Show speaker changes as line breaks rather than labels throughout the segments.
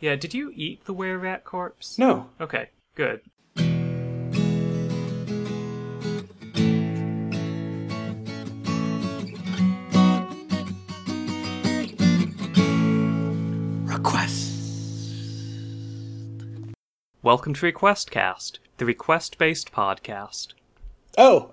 Yeah, did you eat the were rat corpse?
No.
Okay, good.
Requests.
Welcome to Requestcast, the request based podcast.
Oh,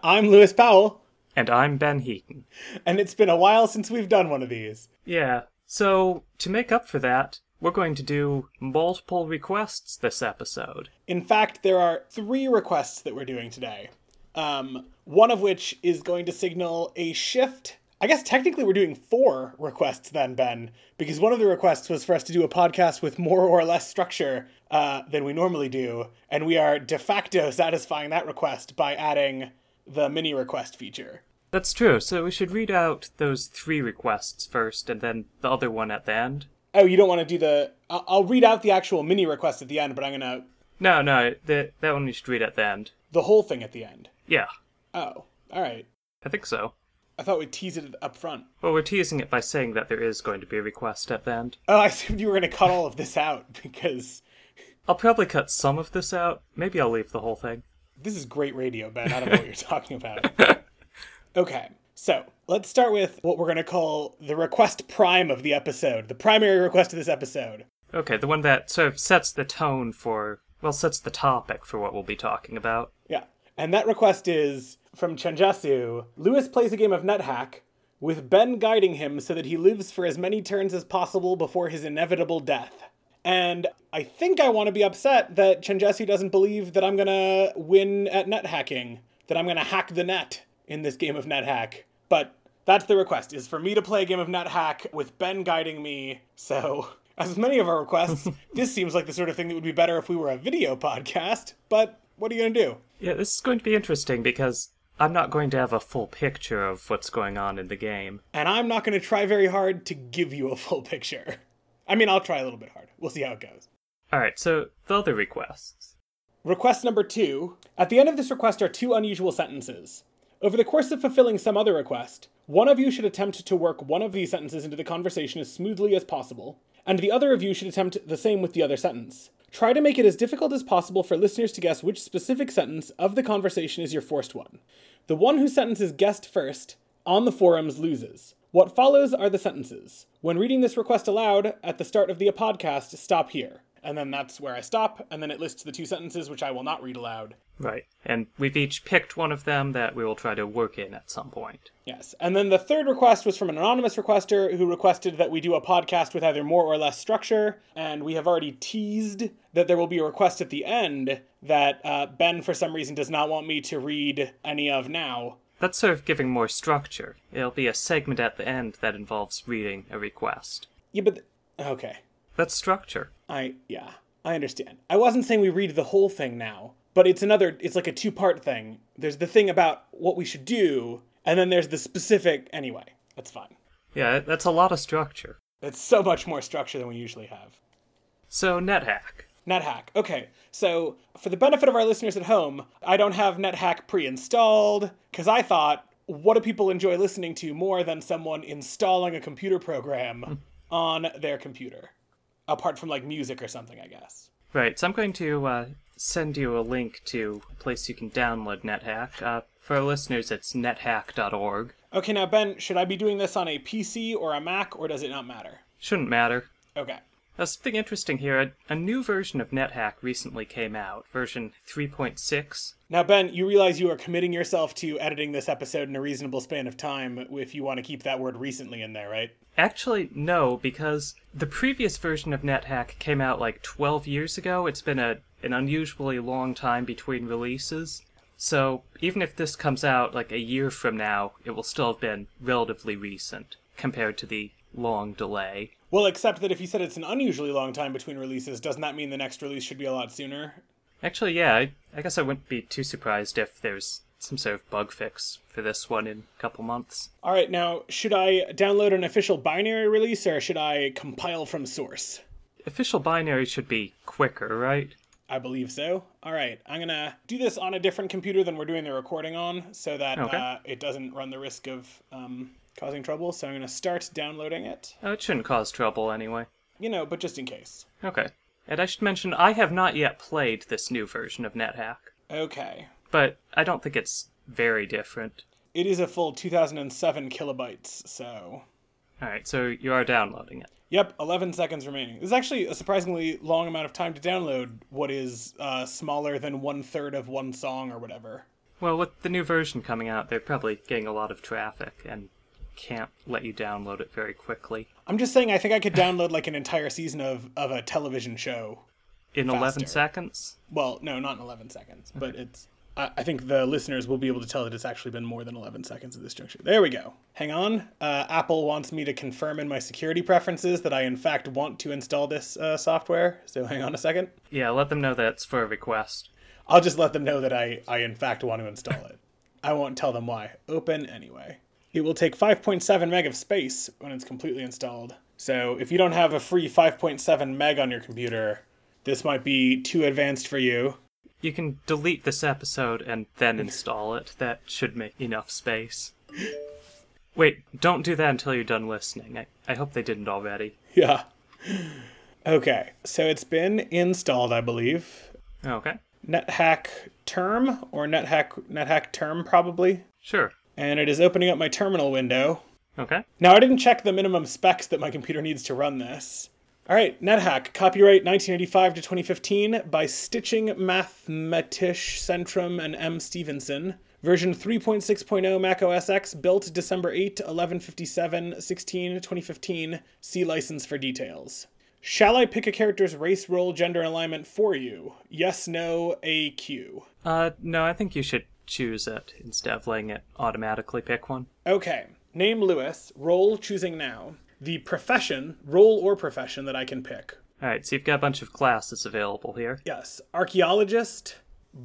I'm Lewis Powell,
And I'm Ben Heaton.
and it's been a while since we've done one of these.
Yeah, so to make up for that, we're going to do multiple requests this episode.
In fact, there are three requests that we're doing today. Um, one of which is going to signal a shift. I guess technically we're doing four requests then, Ben, because one of the requests was for us to do a podcast with more or less structure uh, than we normally do, and we are de facto satisfying that request by adding the mini request feature.
That's true, so we should read out those three requests first and then the other one at the end.
Oh, you don't want to do the. I- I'll read out the actual mini request at the end, but I'm gonna
No, no, the, that one we should read at the end.
the whole thing at the end.
Yeah,
Oh, all right.
I think so.
I thought we'd tease it up front.
Well, we're teasing it by saying that there is going to be a request at the end.
Oh, I assumed you were gonna cut all of this out because
I'll probably cut some of this out. Maybe I'll leave the whole thing.
this is great radio, Ben. I don't know what you're talking about. Okay, so let's start with what we're gonna call the request prime of the episode, the primary request of this episode.
Okay, the one that sort of sets the tone for, well, sets the topic for what we'll be talking about.
Yeah. And that request is from Chanjasu. Lewis plays a game of NetHack with Ben guiding him so that he lives for as many turns as possible before his inevitable death. And I think I want to be upset that Chanjasu doesn't believe that I'm going to win at net hacking, that I'm going to hack the net in this game of NetHack. But that's the request is for me to play a game of NetHack with Ben guiding me. So, as with many of our requests, this seems like the sort of thing that would be better if we were a video podcast, but what are you going to do?
Yeah, this is going to be interesting because I'm not going to have a full picture of what's going on in the game.
and I'm not going to try very hard to give you a full picture. I mean, I'll try a little bit hard. We'll see how it goes.
Alright, so the other requests.
Request number two. At the end of this request are two unusual sentences. Over the course of fulfilling some other request, one of you should attempt to work one of these sentences into the conversation as smoothly as possible, and the other of you should attempt the same with the other sentence. Try to make it as difficult as possible for listeners to guess which specific sentence of the conversation is your forced one. The one whose sentence is guessed first on the forums loses. What follows are the sentences. When reading this request aloud at the start of the podcast, stop here. And then that's where I stop, and then it lists the two sentences which I will not read aloud.
Right. And we've each picked one of them that we will try to work in at some point.
Yes. And then the third request was from an anonymous requester who requested that we do a podcast with either more or less structure. And we have already teased that there will be a request at the end that uh, Ben, for some reason, does not want me to read any of now.
That's sort of giving more structure. It'll be a segment at the end that involves reading a request.
Yeah, but. okay.
That's structure.
I yeah, I understand. I wasn't saying we read the whole thing now, but it's another it's like a two-part thing. There's the thing about what we should do, and then there's the specific anyway. That's fine.
Yeah, that's a lot of structure.
That's so much more structure than we usually have.
So, NetHack.
NetHack. Okay, so for the benefit of our listeners at home, I don't have NetHack pre-installed because I thought, what do people enjoy listening to more than someone installing a computer program on their computer? Apart from like music or something, I guess.
Right, so I'm going to uh, send you a link to a place you can download NetHack. Uh, for our listeners, it's nethack.org.
Okay, now Ben, should I be doing this on a PC or a Mac, or does it not matter?
Shouldn't matter.
Okay.
Uh, something interesting here a, a new version of NetHack recently came out, version 3.6.
Now, Ben, you realize you are committing yourself to editing this episode in a reasonable span of time if you want to keep that word recently in there, right?
Actually, no, because the previous version of NetHack came out like 12 years ago. It's been a, an unusually long time between releases. So even if this comes out like a year from now, it will still have been relatively recent compared to the long delay.
Well, except that if you said it's an unusually long time between releases, doesn't that mean the next release should be a lot sooner?
Actually, yeah, I, I guess I wouldn't be too surprised if there's some sort of bug fix for this one in a couple months.
All right, now, should I download an official binary release or should I compile from source?
Official binary should be quicker, right?
I believe so. All right, I'm gonna do this on a different computer than we're doing the recording on, so that
Okay.
uh, it doesn't run the risk of um, causing trouble. So I'm gonna start downloading it.
Oh, it shouldn't cause trouble anyway.
you know, but just in case.
Okay. And I should mention, I have not yet played this new version of NetHack,
Okay.
but I don't think it's very different.
It is a full 2007 kilobytes, so.
Alright, so you are downloading it.
Yep, 11 seconds remaining. This is actually a surprisingly long amount of time to download what is uh, smaller than one third of one song or whatever.
Well, with the new version coming out, they're probably getting a lot of traffic and can't let you download it very quickly.
I'm just saying, I think I could download like an entire season of, of a television show.
In 11
Faster.
seconds?
Well, no, not in 11 seconds, but it's. I, I think the listeners will be able to tell that it's actually been more than 11 seconds at this juncture. There we go. Hang on. Uh, Apple wants me to confirm in my security preferences that I, in fact, want to install this uh, software, so hang on a second.
Yeah, let them know that's for a request.
I'll just let them know that I, I in fact want to install it. I won't tell them why. Open anyway. It will take 5.7 meg of space when it's completely installed. So if you don't have a free 5.7 meg on your computer, this might be too advanced for you.
You can delete this episode and then install it. That should make enough space. Wait, don't do that until you're done listening. I, I hope they didn't already.
Yeah. Okay, so it's been installed, I believe.
Okay,
NetHack term or NetHack NetHack term probably.
sure.
And it is opening up my terminal window.
Okay.
Now, I didn't check the minimum specs that my computer needs to run this. All right, NetHack, copyright 1985 to 2015 by Stitching Mathematisch Centrum and M. Stevenson. Version 3.6.0 oh, Mac OS X, built December 8, 1157, 16, 2015. See license for details. Shall I pick a character's race, role, gender, and alignment for you? Yes, no, AQ.
Uh, no, I think you should choose it instead of letting it automatically pick one.
Okay. Name Lewis, role choosing now. The profession, role or profession that I can pick.
Alright, so you've got a bunch of classes available here.
Yes. Archaeologist,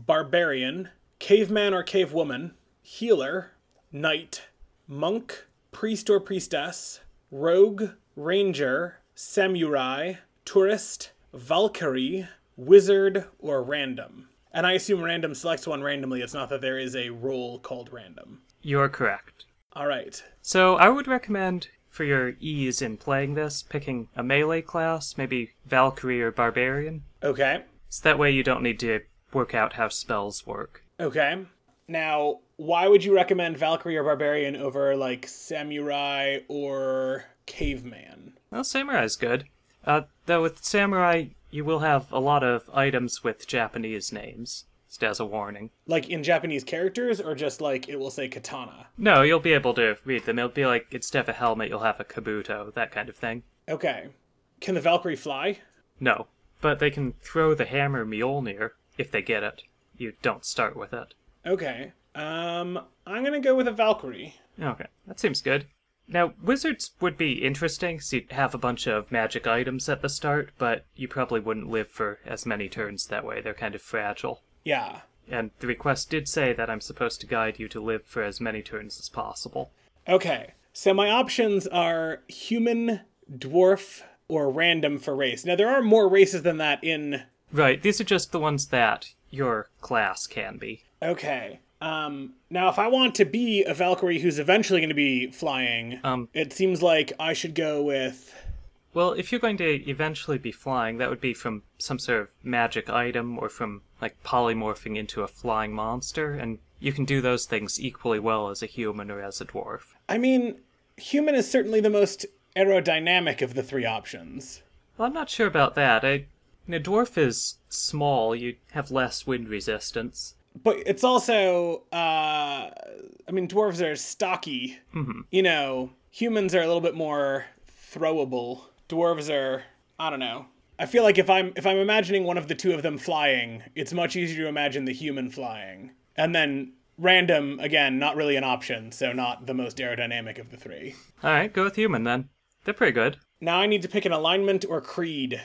barbarian, caveman or cavewoman, healer, knight, monk, priest or priestess, rogue, ranger, samurai, tourist, valkyrie, wizard, or random. And I assume random selects one randomly. It's not that there is a role called random.
You're correct.
All right.
So I would recommend for your ease in playing this, picking a melee class, maybe Valkyrie or Barbarian.
Okay.
So that way you don't need to work out how spells work.
Okay. Now, why would you recommend Valkyrie or Barbarian over like Samurai or Caveman?
Well, Samurai's good. Uh, though with Samurai, you will have a lot of items with Japanese names, just as a warning.
Like in Japanese characters or just like it will say katana?
No, you'll be able to read them. It'll be like instead of a helmet, you'll have a kabuto, that kind of thing.
Okay. Can the Valkyrie fly?
No, but they can throw the hammer Mjolnir if they get it. You don't start with it.
Okay. Um I'm going to go with a Valkyrie.
Okay, that seems good. Now, wizards would be interesting, so you'd have a bunch of magic items at the start, but you probably wouldn't live for as many turns that way. They're kind of fragile.
Yeah.
And the request did say that I'm supposed to guide you to live for as many turns as possible.
Okay. So my options are human, dwarf, or random for race. Now there are more races than that in
Right, these are just the ones that your class can be.
Okay. Um, now, if I want to be a Valkyrie who's eventually going to be flying,
Um.
it seems like I should go with.
Well, if you're going to eventually be flying, that would be from some sort of magic item or from, like, polymorphing into a flying monster, and you can do those things equally well as a human or as a dwarf.
I mean, human is certainly the most aerodynamic of the three options.
Well, I'm not sure about that. I, a dwarf is small. You have less wind resistance.
But it's also, uh, I mean, dwarves are stocky. You know, humans are a little bit more throwable. Dwarves are, I don't know. I feel like if I'm if I'm imagining one of the two of them flying, it's much easier to imagine the human flying. And then random again, not really an option, so not the most aerodynamic of the three.
All right, go with human then. They're pretty good.
Now I need to pick an alignment or creed.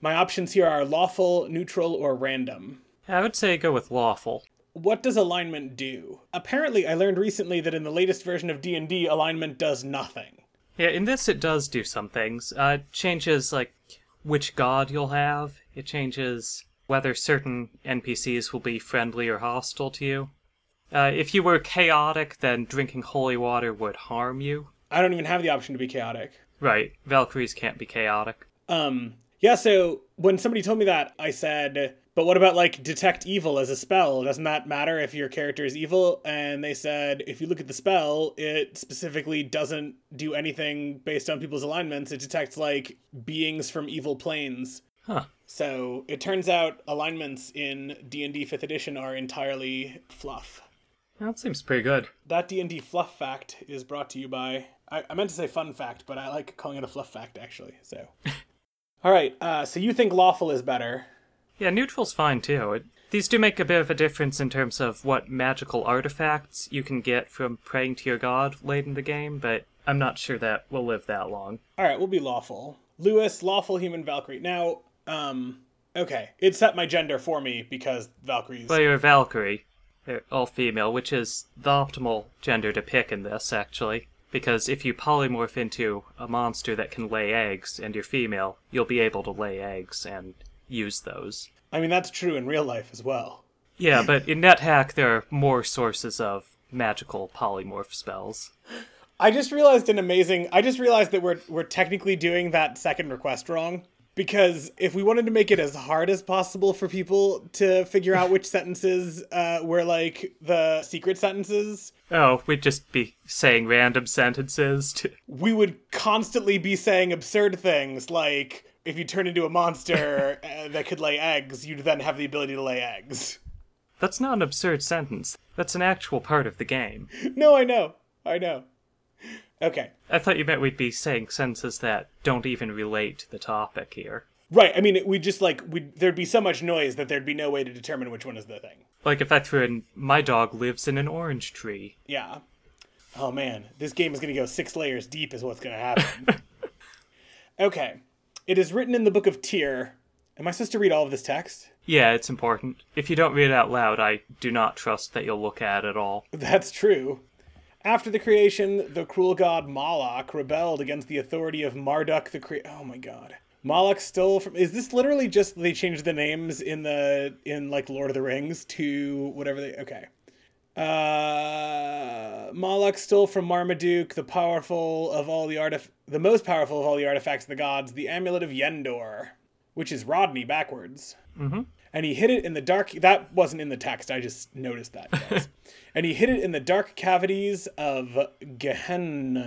My options here are lawful, neutral, or random.
I would say go with lawful.
what does alignment do apparently i learned recently that in the latest version of d&d alignment does nothing
Yeah, in this it does do some things. Uh, it changes like which god you'll have. It changes whether certain NPCs will be friendly or hostile to you. Uh, if you were chaotic, then drinking holy water would harm you.
i don't even have the option to be chaotic
Right, Valkyries can't be chaotic.
Um, yeah, so when somebody told me that, I said, but what about like detect evil as a spell? Doesn't that matter if your character is evil? And they said, if you look at the spell, it specifically doesn't do anything based on people's alignments. It detects like beings from evil planes.
Huh.
So it turns out alignments in D&D 5th edition are entirely fluff.
That seems pretty good.
That D&D fluff fact is brought to you by I, I meant to say fun fact, but I like calling it a fluff fact actually. So All right, uh, so you think lawful is better.
Yeah, neutral's fine too. It, these do make a bit of a difference in terms of what magical artifacts you can get from praying to your god late in the game, but I'm not sure that will live that long.
All right, we'll be lawful. Lewis, lawful human Valkyrie. Now, um, okay, it set my gender for me because Valkyries.
But you're a Valkyrie, they're all female, which is the optimal gender to pick in this, actually. Because if you polymorph into a monster that can lay eggs and you're female, you'll be able to lay eggs and use those.
I mean, that's true in real life as well.
Yeah, but in NetHack, there are more sources of magical polymorph spells.
I just realized an amazing. I just realized that we're we're technically doing that second request wrong because if we wanted to make it as hard as possible for people to figure out which sentences uh, were like the secret sentences,
Oh, we'd just be saying random sentences to.
we would constantly be saying absurd things like if you turn into a monster uh, that could lay eggs, you'd then have the ability to lay eggs.
That's not an absurd sentence. That's an actual part of the game.
No, I know. I know. Okay.
I thought you meant we'd be saying sentences that don't even relate to the topic here.
Right. I mean, we just like we there'd be so much noise that there'd be no way to determine which one is the thing.
Like if I threw in, my dog lives in an orange tree.
Yeah. Oh man, this game is going to go 6 layers deep is what's going to happen. okay. It is written in the book of Tyr. Am I supposed to read all of this text?
Yeah, it's important. If you don't read it out loud, I do not trust that you'll look at it all.
That's true. After the creation, the cruel god Moloch rebelled against the authority of Marduk the cre- Oh my god. Moloch stole from Is this literally just they changed the names in the in like Lord of the Rings to whatever they Okay. Uh Moloch stole from Marmaduke the powerful of all the artif- the most powerful of all the artifacts of the gods, the amulet of Yendor, which is Rodney backwards and he hid it in the dark that wasn't in the text i just noticed that guys. and he hid it in the dark cavities of gehenna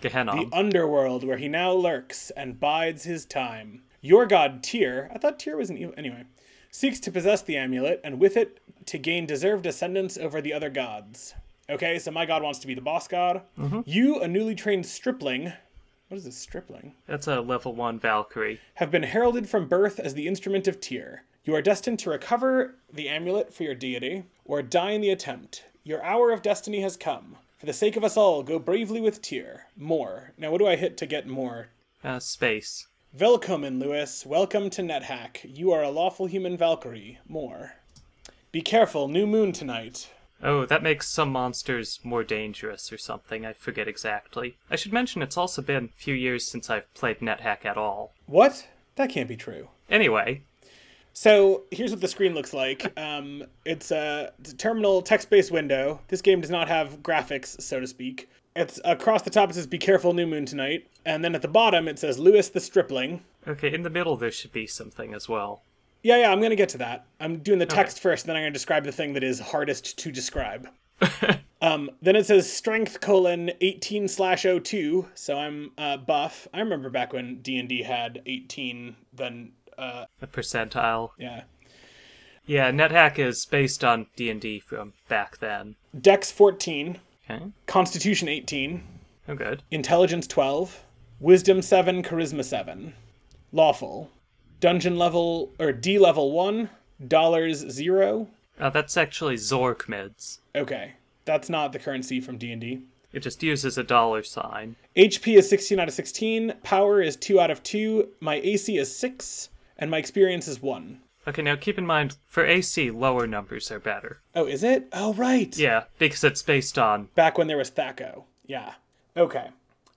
the
Gehenna.
underworld where he now lurks and bides his time your god tyr i thought tyr was an evil anyway seeks to possess the amulet and with it to gain deserved ascendance over the other gods okay so my god wants to be the boss god you a newly trained stripling what is this stripling
That's a level 1 Valkyrie.
have been heralded from birth as the instrument of Tyr. You are destined to recover the amulet for your deity, or die in the attempt. Your hour of destiny has come. For the sake of us all, go bravely with Tyr. More. Now, what do I hit to get more?
Uh, space.
Velkomen, Lewis. Welcome to NetHack. You are a lawful human Valkyrie. More. Be careful, new moon tonight.
Oh, that makes some monsters more dangerous or something. I forget exactly. I should mention it's also been a few years since I've played NetHack at all.
What? That can't be true.
Anyway,
So here's what the screen looks like. Um, it's, a, it's a terminal text-based window. This game does not have graphics, so to speak. It's across the top. It says "Be careful, New Moon tonight," and then at the bottom it says "Lewis the Stripling."
okay, in the middle there should be something as well.
Yeah, yeah, I'm gonna get to that. I'm doing the text first, then I'm gonna describe the thing that is hardest to describe. um, then it says strength colon 18 slash 02. So I'm uh, buff. I remember back when D and D had 18, then uh,
A percentile.
yeah,
Yeah, NetHack is based on D&D from back then.
Dex 14,
Okay.
Constitution 18.
Oh, good.
Intelligence 12, Wisdom 7, Charisma 7. Lawful. Dungeon level, or D level 1, dollars 0.
Uh, that's actually Zork mids.
Okay, that's not the currency from D&D.
It just uses a dollar sign.
HP is 16 out of 16, power is 2 out of 2, my AC is 6, and my experience is 1.
Okay, now keep in mind, for AC, lower numbers are better.
Oh, is it? Oh, right.
Yeah, because it's based on.
Back when there was Thaco. Yeah. Okay.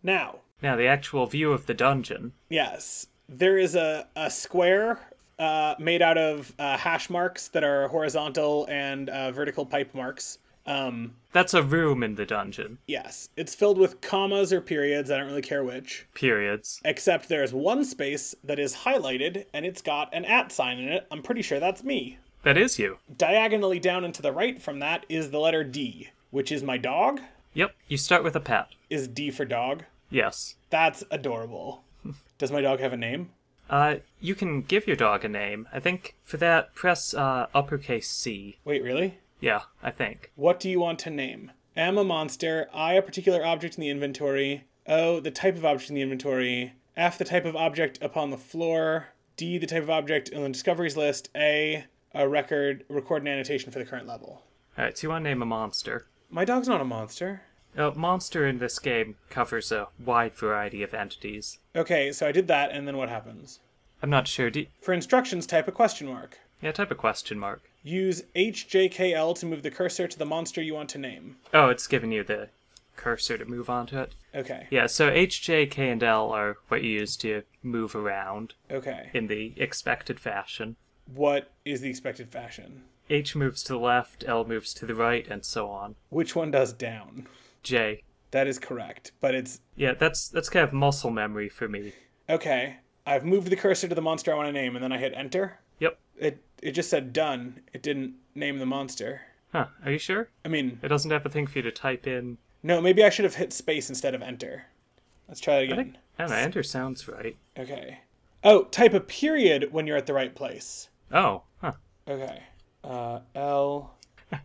Now,
Now, the actual view of the dungeon.
Yes. There is a, a square uh, made out of uh, hash marks that are horizontal and uh, vertical pipe marks. Um,
That's a room in the dungeon.
yes, it's filled with commas or periods. I don't really care which.
Periods.
Except there is one space that is highlighted and it's got an at sign in it. I'm pretty sure that's me.
That is you.
Diagonally down and to the right from that is the letter D, which is my dog.
Yep. You start with a pet.
Is D for dog?
Yes.
That's adorable. Does my dog have a name?
Uh, you can give your dog a name. I think for that, press uh, uppercase C.
Wait, really?
Yeah, I think.
What do you want to name? Am a monster. I a particular object in the inventory. O the type of object in the inventory. F the type of object upon the floor. D the type of object in the discoveries list. A a record. Record an annotation for the current level.
All right, so you want to name a monster.
My dog's not a monster.
Uh, monster in this game covers a wide variety of entities.
Okay, so I did that, and then what happens?
I'm not sure. Do you...
For instructions, type a question mark.
Yeah, type a question mark.
Use HJKL to move the cursor to the monster you want to name.
Oh, it's giving you the cursor to move onto it.
Okay.
Yeah, so H, J, K, and L are what you use to move around
Okay.
in the expected fashion.
What is the expected fashion?
H moves to the left, L moves to the right, and so on.
Which one does down?
J.
That is correct, but it's
Yeah, that's that's kind of muscle memory for me.
okay. I've moved the cursor to the monster I want to name, and then I hit enter.
Yep.
It it just said done. It didn't name the monster.
Huh, are you sure?
I mean,
It doesn't have a thing for you to type in.
no, maybe I should have hit space instead of enter. Let's try that
I think
again.
I don't know, enter sounds right.
Okay. Oh, type a period when you're at the right place.
Oh, huh.
Okay. Uh, L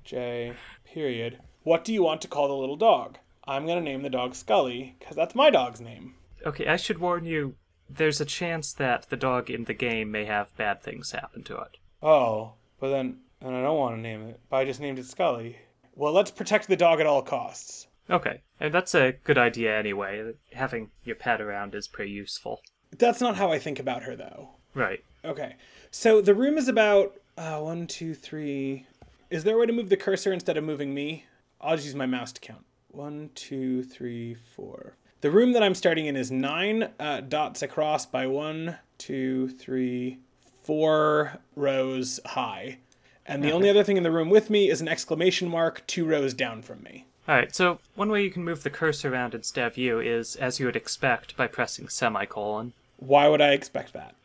J period. What do you want to call the little dog? I'm gonna name the dog Scully because that's my dog's name.
Okay, I should warn you, there's a chance that the dog in the game may have bad things happen to it.
Oh, but then and I don't want to name it, but I just named it Scully. Well, let's protect the dog at all costs.
Okay, and that's a good idea anyway. Having your pet around is pretty useful.
That's not how I think about her though.
Right.
Okay, so the room is about uh, one, two, three. Is there a way to move the cursor instead of moving me? I'll just use my mouse to count. One, two, three, four. The room that I'm starting in is nine uh, dots across by one, two, three, four rows high. And the only other thing in the room with me is an exclamation mark two rows down from me.
Alright, so one way you can move the cursor around instead of you is, as you would expect, by pressing semicolon.
Why would I expect that?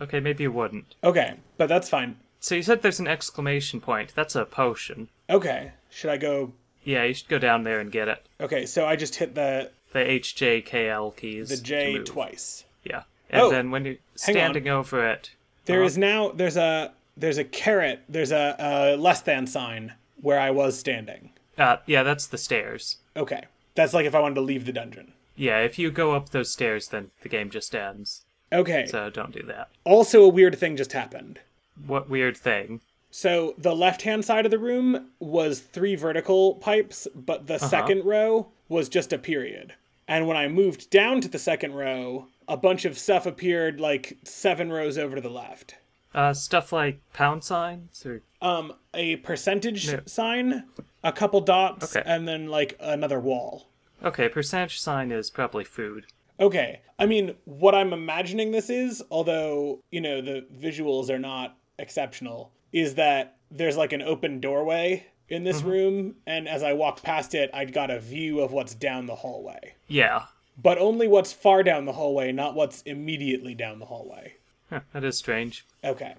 Okay, maybe you wouldn't.
Okay, but that's fine.
So you said there's an exclamation point. That's a potion.
Okay, should I go?
Yeah, you should go down there and get it.
Okay, so I just hit the,
The HJKL keys.
the
to
J
move.
twice.
Yeah. And
Oh,
then when you're
on.
standing over it,
There is now there's a there's a carrot there's a, a less than sign where I was standing.
uh, yeah, that's the stairs.
Okay, that's like if I wanted to leave the dungeon.
Yeah, if you go up those stairs, then the game just ends.
Okay.
So don't do that.
also, a weird thing just happened.
What weird thing?
So the left hand side of the room was three vertical pipes, but the second row was just a period. And when I moved down to the second row, a bunch of stuff appeared like seven rows over to the left.
Uh, stuff like pound signs or
Um, a percentage
No.
sign, a couple dots,
Okay.
and then like another wall.
okay, percentage sign is probably food.
Okay. I mean, what I'm imagining this is, although, you know, the visuals are not exceptional, is that there's like an open doorway in this room, and as I walked past it, I got a view of what's down the hallway.
Yeah,
But only what's far down the hallway, not what's immediately down the hallway.
Huh, that is strange.
Okay.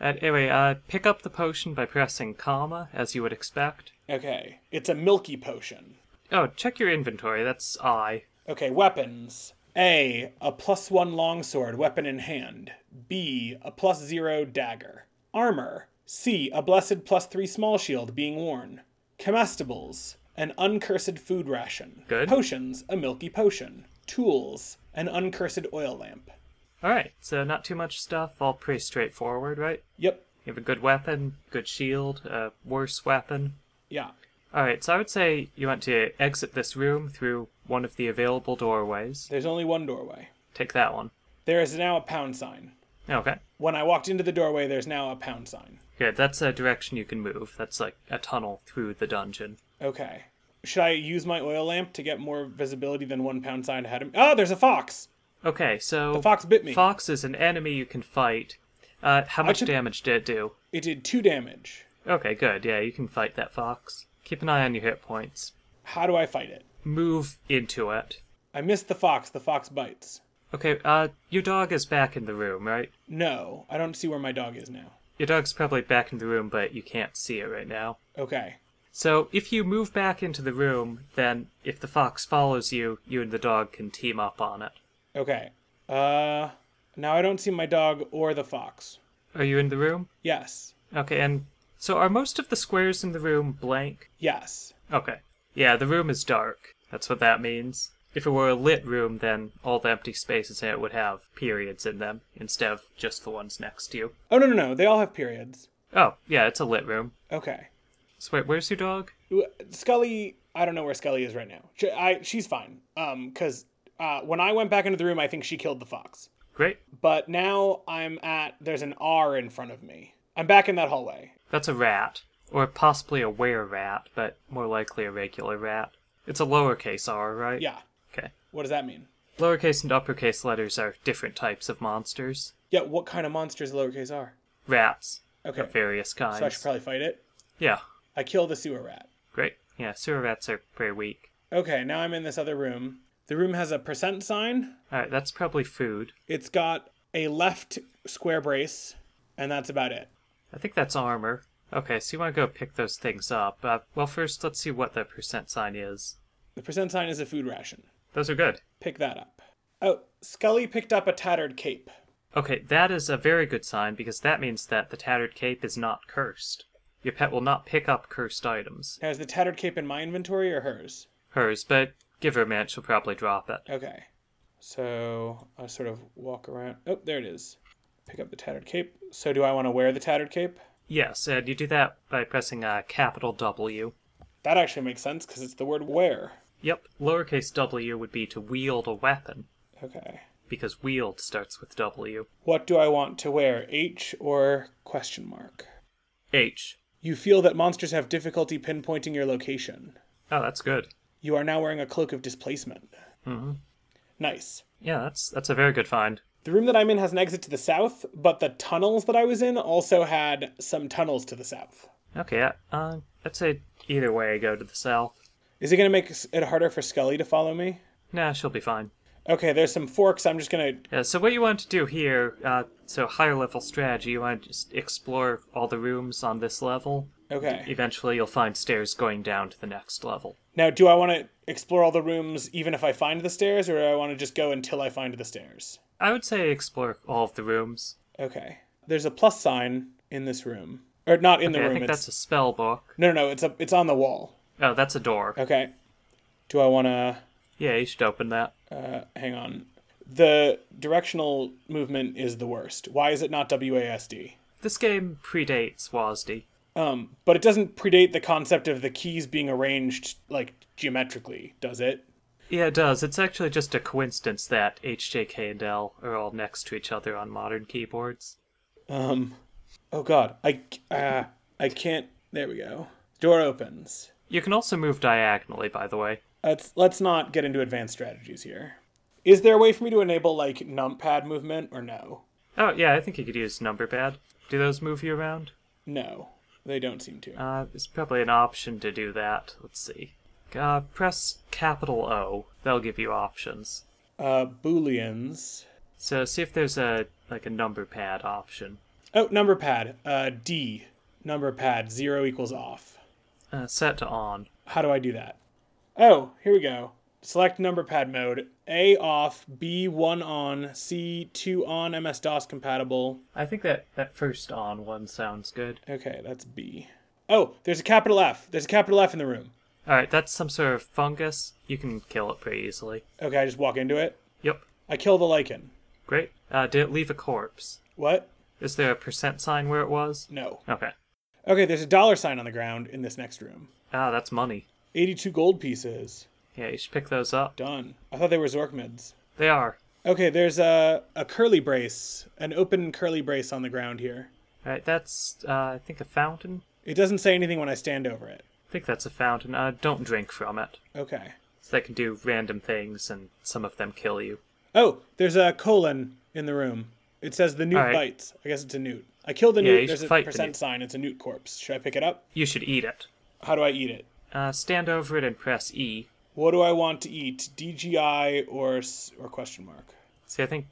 Uh, anyway, uh, pick up the potion by pressing comma as you would expect.
Okay. It's a milky potion.
Oh, check your inventory. That's I.
Okay, weapons. A, a plus one longsword, weapon in hand. B, a plus zero dagger. Armor. C, a blessed plus three small shield being worn. Comestibles, an uncursed food ration.
Good.
Potions, a milky potion. Tools, an uncursed oil lamp.
All right, so not too much stuff. All pretty straightforward, right?
Yep.
You have a good weapon, good shield, a worse weapon.
Yeah.
All right, so I would say you want to exit this room through one of the available doorways.
There's only one doorway.
Take that one.
There is now a pound sign.
Okay.
When I walked into the doorway, there's now a pound sign.
Good. That's a direction you can move. That's like a tunnel through the dungeon.
Okay. Should I use my oil lamp to get more visibility than one pound sign ahead of me? Oh, there's a fox!
Okay, so
Fox bit me.
Oh, Fox is an enemy you can fight. Uh, how much
could-
damage did it do?
It did two damage.
Okay, good. Yeah, you can fight that fox. Keep an eye on your hit points.
How do I fight it?
Move into it.
I missed the fox. The fox bites.
Okay, uh, your dog is back in the room, right?
No, I don't see where my dog is now.
Your dog's probably back in the room, but you can't see it right now.
Okay.
So if you move back into the room, then if the fox follows you, you and the dog can team up on it.
Okay. Uh, now I don't see my dog or the fox.
Are you in the room?
Yes.
Okay, and so are most of the squares in the room blank?
Yes.
Okay. Yeah, the room is dark. That's what that means. If it were a lit room, then all the empty spaces in it would have periods in them instead of just the ones next to you.
Oh, no, no, no. They all have periods.
Oh, yeah, it's a lit room.
Okay.
So wait, where's your dog?
W- Scully, I don't know where Scully is right now. She, I, she's fine. Um, because uh, when I went back into the room, I think she killed the fox.
Great.
But now I'm at, there's an R in front of me. I'm back in that hallway.
That's a rat. Or possibly a were rat, but more likely a regular rat. It's a lowercase r, right?
Yeah.
Okay.
What does that mean?
Lowercase and uppercase letters are different types of monsters.
Yeah, what kind of monsters lowercase r?
Rats
Okay.
of various kinds.
So I should probably fight it.
Yeah.
I kill the sewer rat.
Great. Yeah, sewer rats are very weak.
Okay, now I'm in this other room. The room has a percent sign.
Alright, that's probably food.
It's got a left square brace, and that's about it.
I think that's armor. Okay, so you want to go pick those things up. Uh, well, first, let's see what the percent sign is.
The percent sign is a food ration.
Those are good.
Pick that up. Oh, Scully picked up a tattered cape.
Okay, that is a very good sign because that means that the tattered cape is not cursed. Your pet will not pick up cursed items.
Now, is the tattered cape in my inventory or hers?
Hers, but give her a minute, she'll probably drop it.
Okay. So I sort of walk around. Oh, there it is. Pick up the tattered cape. So do I want to wear the tattered cape?
Yes, and you do that by pressing a capital W.
That actually makes sense because it's the word wear.
Yep, lowercase w would be to wield a weapon,
Okay.
because wield starts with W.
What do I want to wear? H or question mark?
H.
You feel that monsters have difficulty pinpointing your location.
Oh, that's good.
You are now wearing a cloak of displacement. Mm-hmm. Nice.
Yeah, that's that's a very good find.
The room that I'm in has an exit to the south, but the tunnels that I was in also had some tunnels to the south.
Okay, uh, uh, I'd say either way, go to the south.
Is it going to make it harder for Scully to follow me?
Nah, she'll be fine.
Okay, there's some forks. I'm just going to.
Yeah, so what you want to do here, uh, so higher level strategy, you want to just explore all the rooms on this level.
Okay.
Eventually, you'll find stairs going down to the next level.
Now, do I want to explore all the rooms even if I find the stairs, or do I want to just go until I find the stairs?
I would say explore all of the rooms.
Okay. There's a plus sign in this room. Or not in
Yeah,
the
I
room.
think
It's,
that's a spell book.
No, no, no. It's, a, it's on the wall.
Oh, that's a door.
Okay. Do I want to.
Yeah, you should open that.
Uh, hang on. The directional movement is the worst. Why is it not WASD?
This game predates WASD.
Um, but it doesn't predate the concept of the keys being arranged like geometrically, does it?
Yeah, it does. It's actually just a coincidence that HJK and L are all next to each other on modern keyboards.
Um, oh god, I c- uh, I can't. There we go. Door opens.
You can also move diagonally, by the way.
Let's let's not get into advanced strategies here. Is there a way for me to enable like numpad movement or no?
Oh, yeah, I think you could use number pad. Do those move you around?
No, they don't seem to.
Uh, there's probably an option to do that. Let's see. Uh, press capital O. That'll give you options.
Uh, booleans.
So see if there's a like a number pad option.
Oh, number pad. Uh, D. Number pad zero equals off.
Uh, set to on.
How do I do that? Oh, here we go. Select number pad mode. A off, B one on, C two on, MS DOS compatible.
I think that that first on one sounds good.
Okay, that's B. Oh, there's a capital F. There's a capital F in the room.
All right, that's some sort of fungus. You can kill it pretty easily.
Okay, I just walk into it.
Yep.
I kill the lichen.
Great. Uh, did it leave a corpse?
What?
Is there a percent sign where it was?
No.
Okay.
Okay, there's a dollar sign on the ground in this next room.
Ah, that's money.
82 gold pieces.
Yeah, you should pick those up.
Done. I thought they were Zork mids.
They are.
Okay, there's a, a curly brace, an open curly brace on the ground here.
All right, that's uh, I think a fountain.
It doesn't say anything when I stand over it.
I think that's a fountain. Uh, don't drink from it.
Okay.
So they can do random things, and some of them kill you.
Oh, there's a colon in the room. It says the newt
All right.
bites. I guess it's a newt. I killed the
Yeah,
newt.
you
There's
should
a
fight the
percent
newt.
sign. It's a newt corpse. Should I pick it up?
You should eat it.
How do I eat it?
Uh, stand over it and press E.
What do I want to eat? DGI or s- or question mark?
See, I think.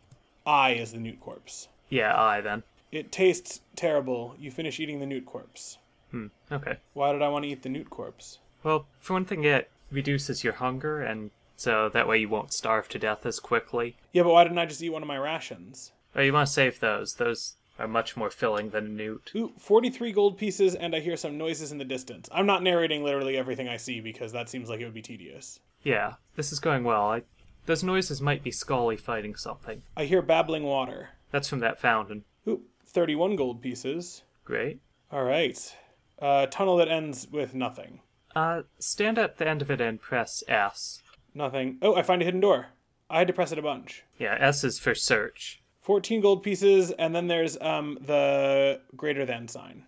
I is the newt corpse.
Yeah, I then.
It tastes terrible. You finish eating the newt corpse.
Okay.
Why did I want to eat the newt corpse?
Well, for one thing, it reduces your hunger, and so that way you won't starve to death as quickly.
Yeah, but why didn't I just eat one of my rations?
Oh, you want to save those. Those are much more filling than a newt.
Ooh, 43 gold pieces, and I hear some noises in the distance. I'm not narrating literally everything I see because that seems like it would be tedious.
Yeah, this is going well. I, those noises might be Scully fighting something.
I hear babbling water.
That's from that fountain.
Ooh, 31 gold pieces.
Great.
All right. Uh, tunnel that ends with nothing.
Uh, stand at the end of it and press S.
Nothing. Oh, I find a hidden door. I had to press it a bunch.
Yeah, S is for search.
14 gold pieces, and then there's um the greater than sign.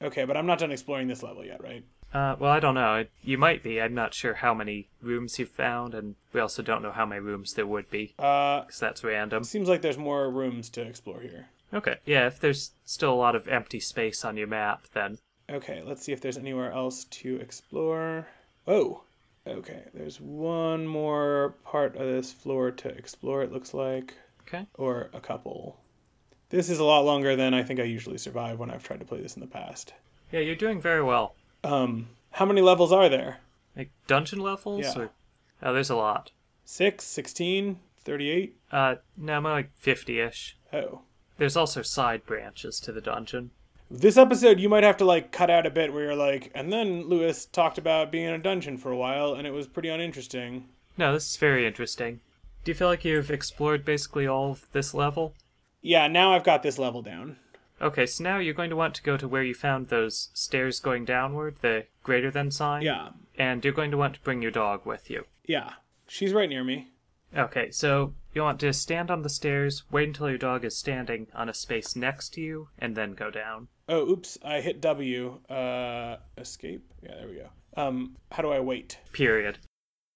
Okay, but I'm not done exploring this level yet, right?
Uh, well, I don't know. You might be. I'm not sure how many rooms you found, and we also don't know how many rooms there would be.
Uh,
Because that's random.
seems like there's more rooms to explore here.
Okay. Yeah, if there's still a lot of empty space on your map, then
Okay, let's see if there's anywhere else to explore. Oh, okay, there's one more part of this floor to explore, it looks like,
okay.
or a couple. This is a lot longer than I think I usually survive when I've tried to play this in the past.
Yeah, you're doing very well.
Um, how many levels are there?
Like dungeon levels,
Yeah.
or oh, there's a lot.
Six, 16, 38?
Uh, no, more like fifty-ish.
Oh.
There's also side branches to the dungeon.
This episode, you might have to like cut out a bit where you're like, and then Lewis talked about being in a dungeon for a while, and it was pretty uninteresting.
No, this is very interesting. Do you feel like you've explored basically all of this level?
Yeah, now I've got this level down.
Okay, so now you're going to want to go to where you found those stairs going downward, the greater than sign.
Yeah,
And you're going to want to bring your dog with you.
yeah. She's right near me.
Okay, so you want to stand on the stairs, wait until your dog is standing on a space next to you, and then go down.
Oh, oops, I hit W. Uh, escape? Yeah, there we go. Um, how do I wait?
Period.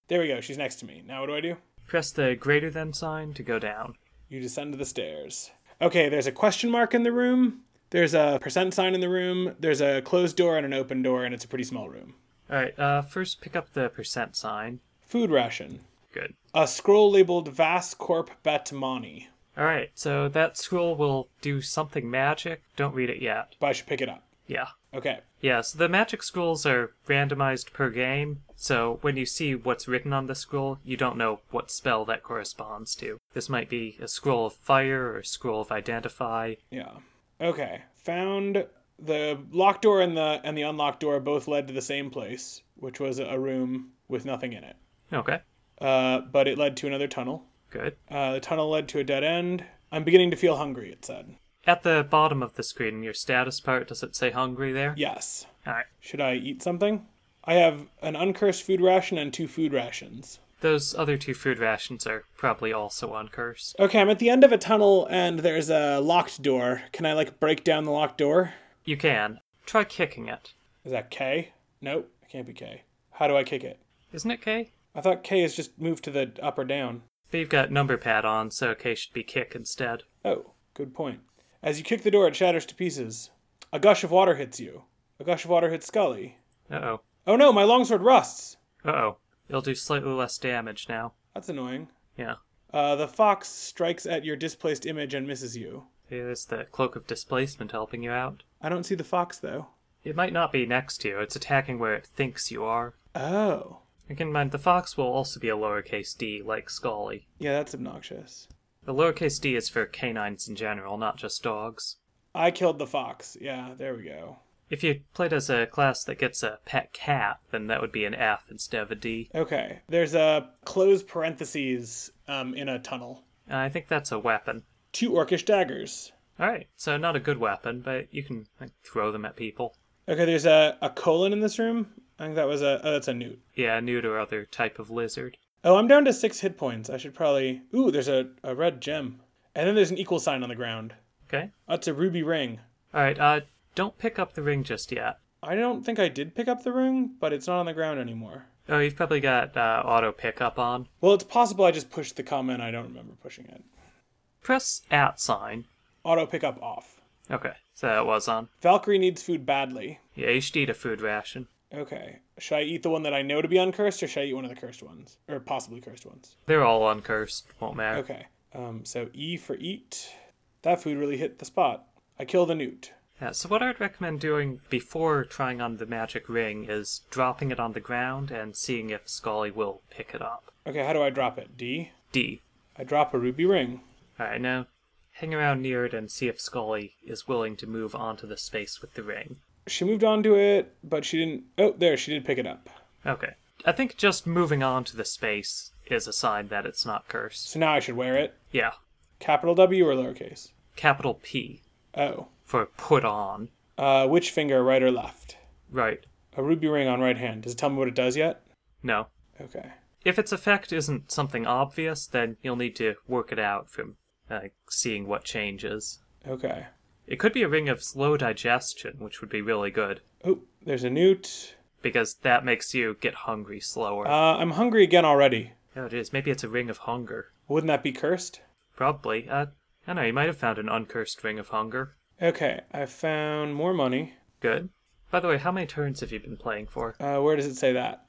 There we go, she's next to me. Now what do I do?
Press the greater than sign to go down.
You descend to the stairs. Okay, there's a question mark in the room. There's a percent sign in the room. There's a closed door and an open door, and it's a pretty small room.
Alright, uh, first pick up the percent sign.
Food ration.
Good.
A scroll labeled Vas Corp Bet Money.
Alright, so that scroll will do something magic. Don't read it yet.
but I should pick it up.
Yeah.
Okay.
Yeah, so the magic scrolls are randomized per game, so when you see what's written on the scroll, you don't know what spell that corresponds to. This might be a scroll of fire or a scroll of identify.
Yeah. Okay. Found the locked door and the and the unlocked door both led to the same place, which was a room with nothing in it.
Okay,
Uh, but it led to another tunnel.
good.
Uh, the tunnel led to a dead end. I'm beginning to feel hungry. It said.
At the bottom of the screen, your status part, does it say hungry there?
Yes.
Alright.
Should I eat something? I have an uncursed food ration and two food rations.
Those other two food rations are probably also uncursed.
Okay, I'm at the end of a tunnel and there's a locked door. Can I like break down the locked door?
You can. Try kicking it.
Is that K? Nope, it can't be K. How do I kick it?
Isn't it K?
I thought K is just moved to the up or down.
But you've got number pad on, so K should be kick instead.
Oh, good point. As you kick the door, it shatters to pieces. A gush of water hits you. A gush of water hits Scully.
Uh oh.
Oh no, my longsword rusts.
Uh oh. It'll do slightly less damage now.
That's annoying.
Yeah.
Uh, the fox strikes at your displaced image and misses you.
See, there's the cloak of displacement helping you out.
I don't see the fox though.
It might not be next to you, it's attacking where it thinks you are.
Oh,
And keep in mind, the fox will also be a lowercase d, like Scully.
yeah, that's obnoxious.
The lowercase d is for canines in general, not just dogs.
I killed the fox. Yeah, there we go.
If you played as a class that gets a pet cat, then that would be an F instead of a D.
Okay, there's a closed parentheses um, in a tunnel.
And I think that's a weapon.
Two orcish daggers.
Alright, so not a good weapon, but you can like, throw them at people.
Okay, there's a, a colon in this room. I think that was a oh, that's a newt.
Yeah, a newt or other type of lizard.
Oh, I'm down to six hit points. I should probably ooh. There's a, a red gem, and then there's an equal sign on the ground.
Okay?
That's a ruby ring.
Alright, uh, don't pick up the ring just yet.
I don't think I did pick up the ring, but it's not on the ground anymore.
Oh, you've probably got uh, auto pickup on.
Well, it's possible I just pushed the comment. I don't remember pushing it.
Press at sign.
Auto pickup off.
Okay, so that was on.
Valkyrie needs food badly.
Yeah, you should eat a food ration.
Okay, Should I eat the one that I know to be uncursed, or should I eat one of the cursed ones, or possibly cursed ones?
They're all uncursed. Won't matter.
Okay. Um, so E for eat. That food really hit the spot. I kill the newt.
Yeah, so what I'd recommend doing before trying on the magic ring is dropping it on the ground and seeing if Scully will pick it up.
Okay, how do I drop it? D.
D.
I drop a ruby ring.
Alright, now hang around near it and see if Scully is willing to move onto the space with the ring.
She moved on to it, but she didn't. Oh, there, she did pick it up.
Okay. I think just moving on to the space is a sign that it's not cursed.
So now I should wear it.
Yeah.
Capital W or lowercase?
Capital P
Oh.
for put on.
Uh, which finger, right or left?
Right.
A ruby ring on right hand. Does it tell me what it does yet?
No.
Okay.
If its effect isn't something obvious, then you'll need to work it out from uh, seeing what changes.
Okay.
It could be a ring of slow digestion, which would be really good,
Oh, there's a newt.
because that makes you get hungry slower.
Uh, I'm hungry again already.
oh, it is. Maybe it's a ring of hunger.
Wouldn't that be cursed?
Probably. Uh, I don't know. You might have found an uncursed ring of hunger.
Okay, I found more money.
Good. By the way, how many turns have you been playing for?
Uh, where does it say that?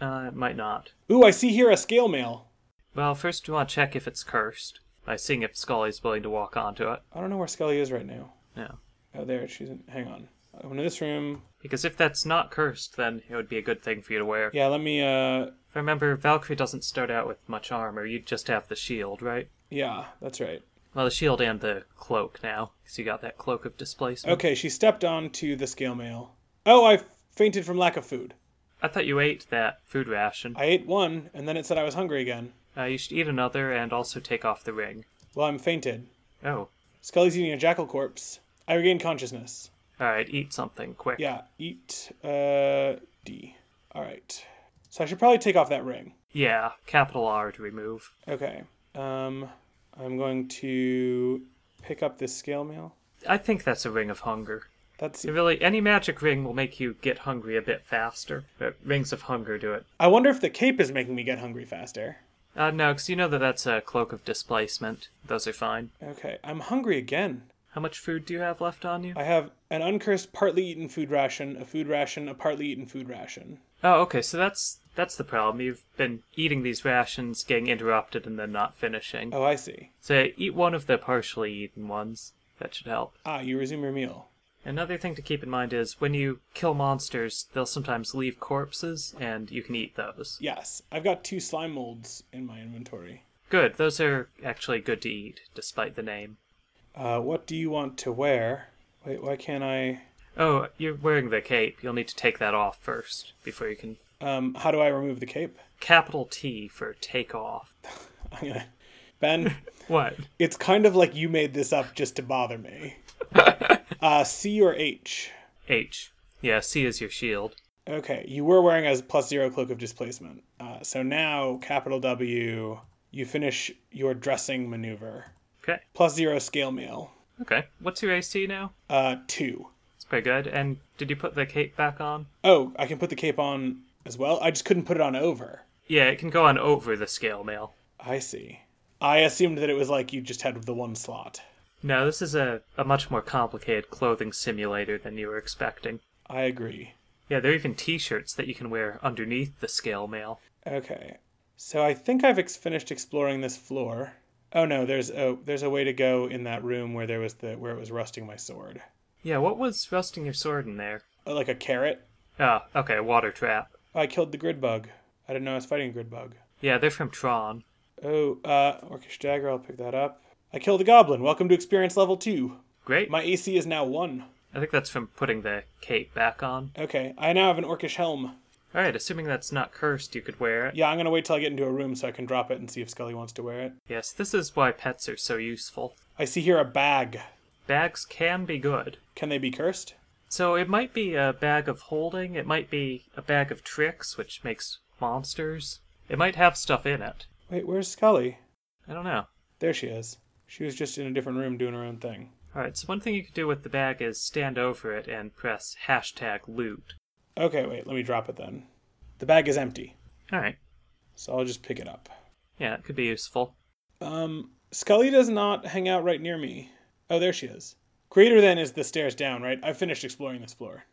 Uh, it might not.
Ooh, I see here a scale mail.
Well, first you want to check if it's cursed by seeing if Scully's willing to walk onto it.
I don't know where Scully is right now.
Yeah.
Oh, there she's. In. Hang on. I'm in this room.
Because if that's not cursed, then it would be a good thing for you to wear.
Yeah, let me. Uh,
If I remember, Valkyrie doesn't start out with much armor. You just have the shield, right?
yeah, that's right.
Well, the shield and the cloak now, because you got that cloak of displacement.
Okay, she stepped onto the scale mail. Oh, I fainted from lack of food.
I thought you ate that food ration.
I ate one, and then it said I was hungry again.
Uh, you should eat another and also take off the ring.
Well, I'm fainted.
Oh,
Scully's eating a jackal corpse. I regain consciousness.
all right, eat something quick.
Yeah, eat uh, D. All right. So I should probably take off that ring.
Yeah, capital R to remove.
Okay. Um, I'm going to pick up this scale mail.
I think that's a ring of hunger.
That's.
It really, any magic ring will make you get hungry a bit faster. But rings of hunger do it.
I wonder if the cape is making me get hungry faster.
Uh, no, because you know that that's a cloak of displacement. Those are fine.
Okay, I'm hungry again.
How much food do you have left on you?
I have an uncursed partly eaten food ration, a food ration, a partly eaten food ration.
Oh, okay. So that's that's the problem. You've been eating these rations, getting interrupted, and then not finishing.
Oh, I see.
So eat one of the partially eaten ones. That should help.
Ah, you resume your meal.
Another thing to keep in mind is when you kill monsters, they'll sometimes leave corpses, and you can eat those.
Yes, I've got two slime molds in my inventory.
Good. Those are actually good to eat, despite the name.
Uh, what do you want to wear? Wait, why can't I?
Oh, you're wearing the cape. You'll need to take that off first before you can.
Um, how do I remove the cape?
Capital T for take off.
I'm gonna. Ben,
What?
it's kind of like you made this up just to bother me. Uh, C or H?
H. Yeah, C is your shield.
Okay, you were wearing a plus zero cloak of displacement. Uh, so now, capital W, you finish your dressing maneuver.
Okay.
Plus zero scale mail.
Okay. What's your AC now?
Uh, two.
It's pretty good. And did you put the cape back on?
Oh, I can put the cape on as well. I just couldn't put it on over.
Yeah, it can go on over the scale mail.
I see. I assumed that it was like you just had the one slot.
No, this is a, a much more complicated clothing simulator than you were expecting.
I agree.
Yeah, there are even t shirts that you can wear underneath the scale mail.
Okay. So I think I've ex- finished exploring this floor. Oh no, there's oh there's a way to go in that room where there was the where it was rusting my sword.
Yeah, what was rusting your sword in there?
Oh, like a carrot.
Oh, okay, water trap.
Oh, I killed the grid bug. I didn't know I was fighting a grid bug.
Yeah, they're from Tron.
Oh, uh, Orcish Dagger, I'll pick that up. I killed a goblin. Welcome to experience level two.
Great.
My AC is now one.
I think that's from putting the cape back on.
Okay, I now have an Orcish helm.
Alright, assuming that's not cursed, you could wear it.
Yeah, I'm gonna wait till I get into a room so I can drop it and see if Scully wants to wear it.
Yes, this is why pets are so useful.
I see here a bag.
Bags can be good.
Can they be cursed?
So it might be a bag of holding, it might be a bag of tricks, which makes monsters. It might have stuff in it.
Wait, where's Scully?
I don't know.
There she is. She was just in a different room doing her own thing.
Alright, so one thing you could do with the bag is stand over it and press hashtag loot.
Okay, wait, let me drop it then. The bag is empty,
Alright.
so I'll just pick it up.
Yeah, it could be useful.
Um, Scully does not hang out right near me. Oh, there she is. Greater than is the stairs down, right? I've finished exploring this floor.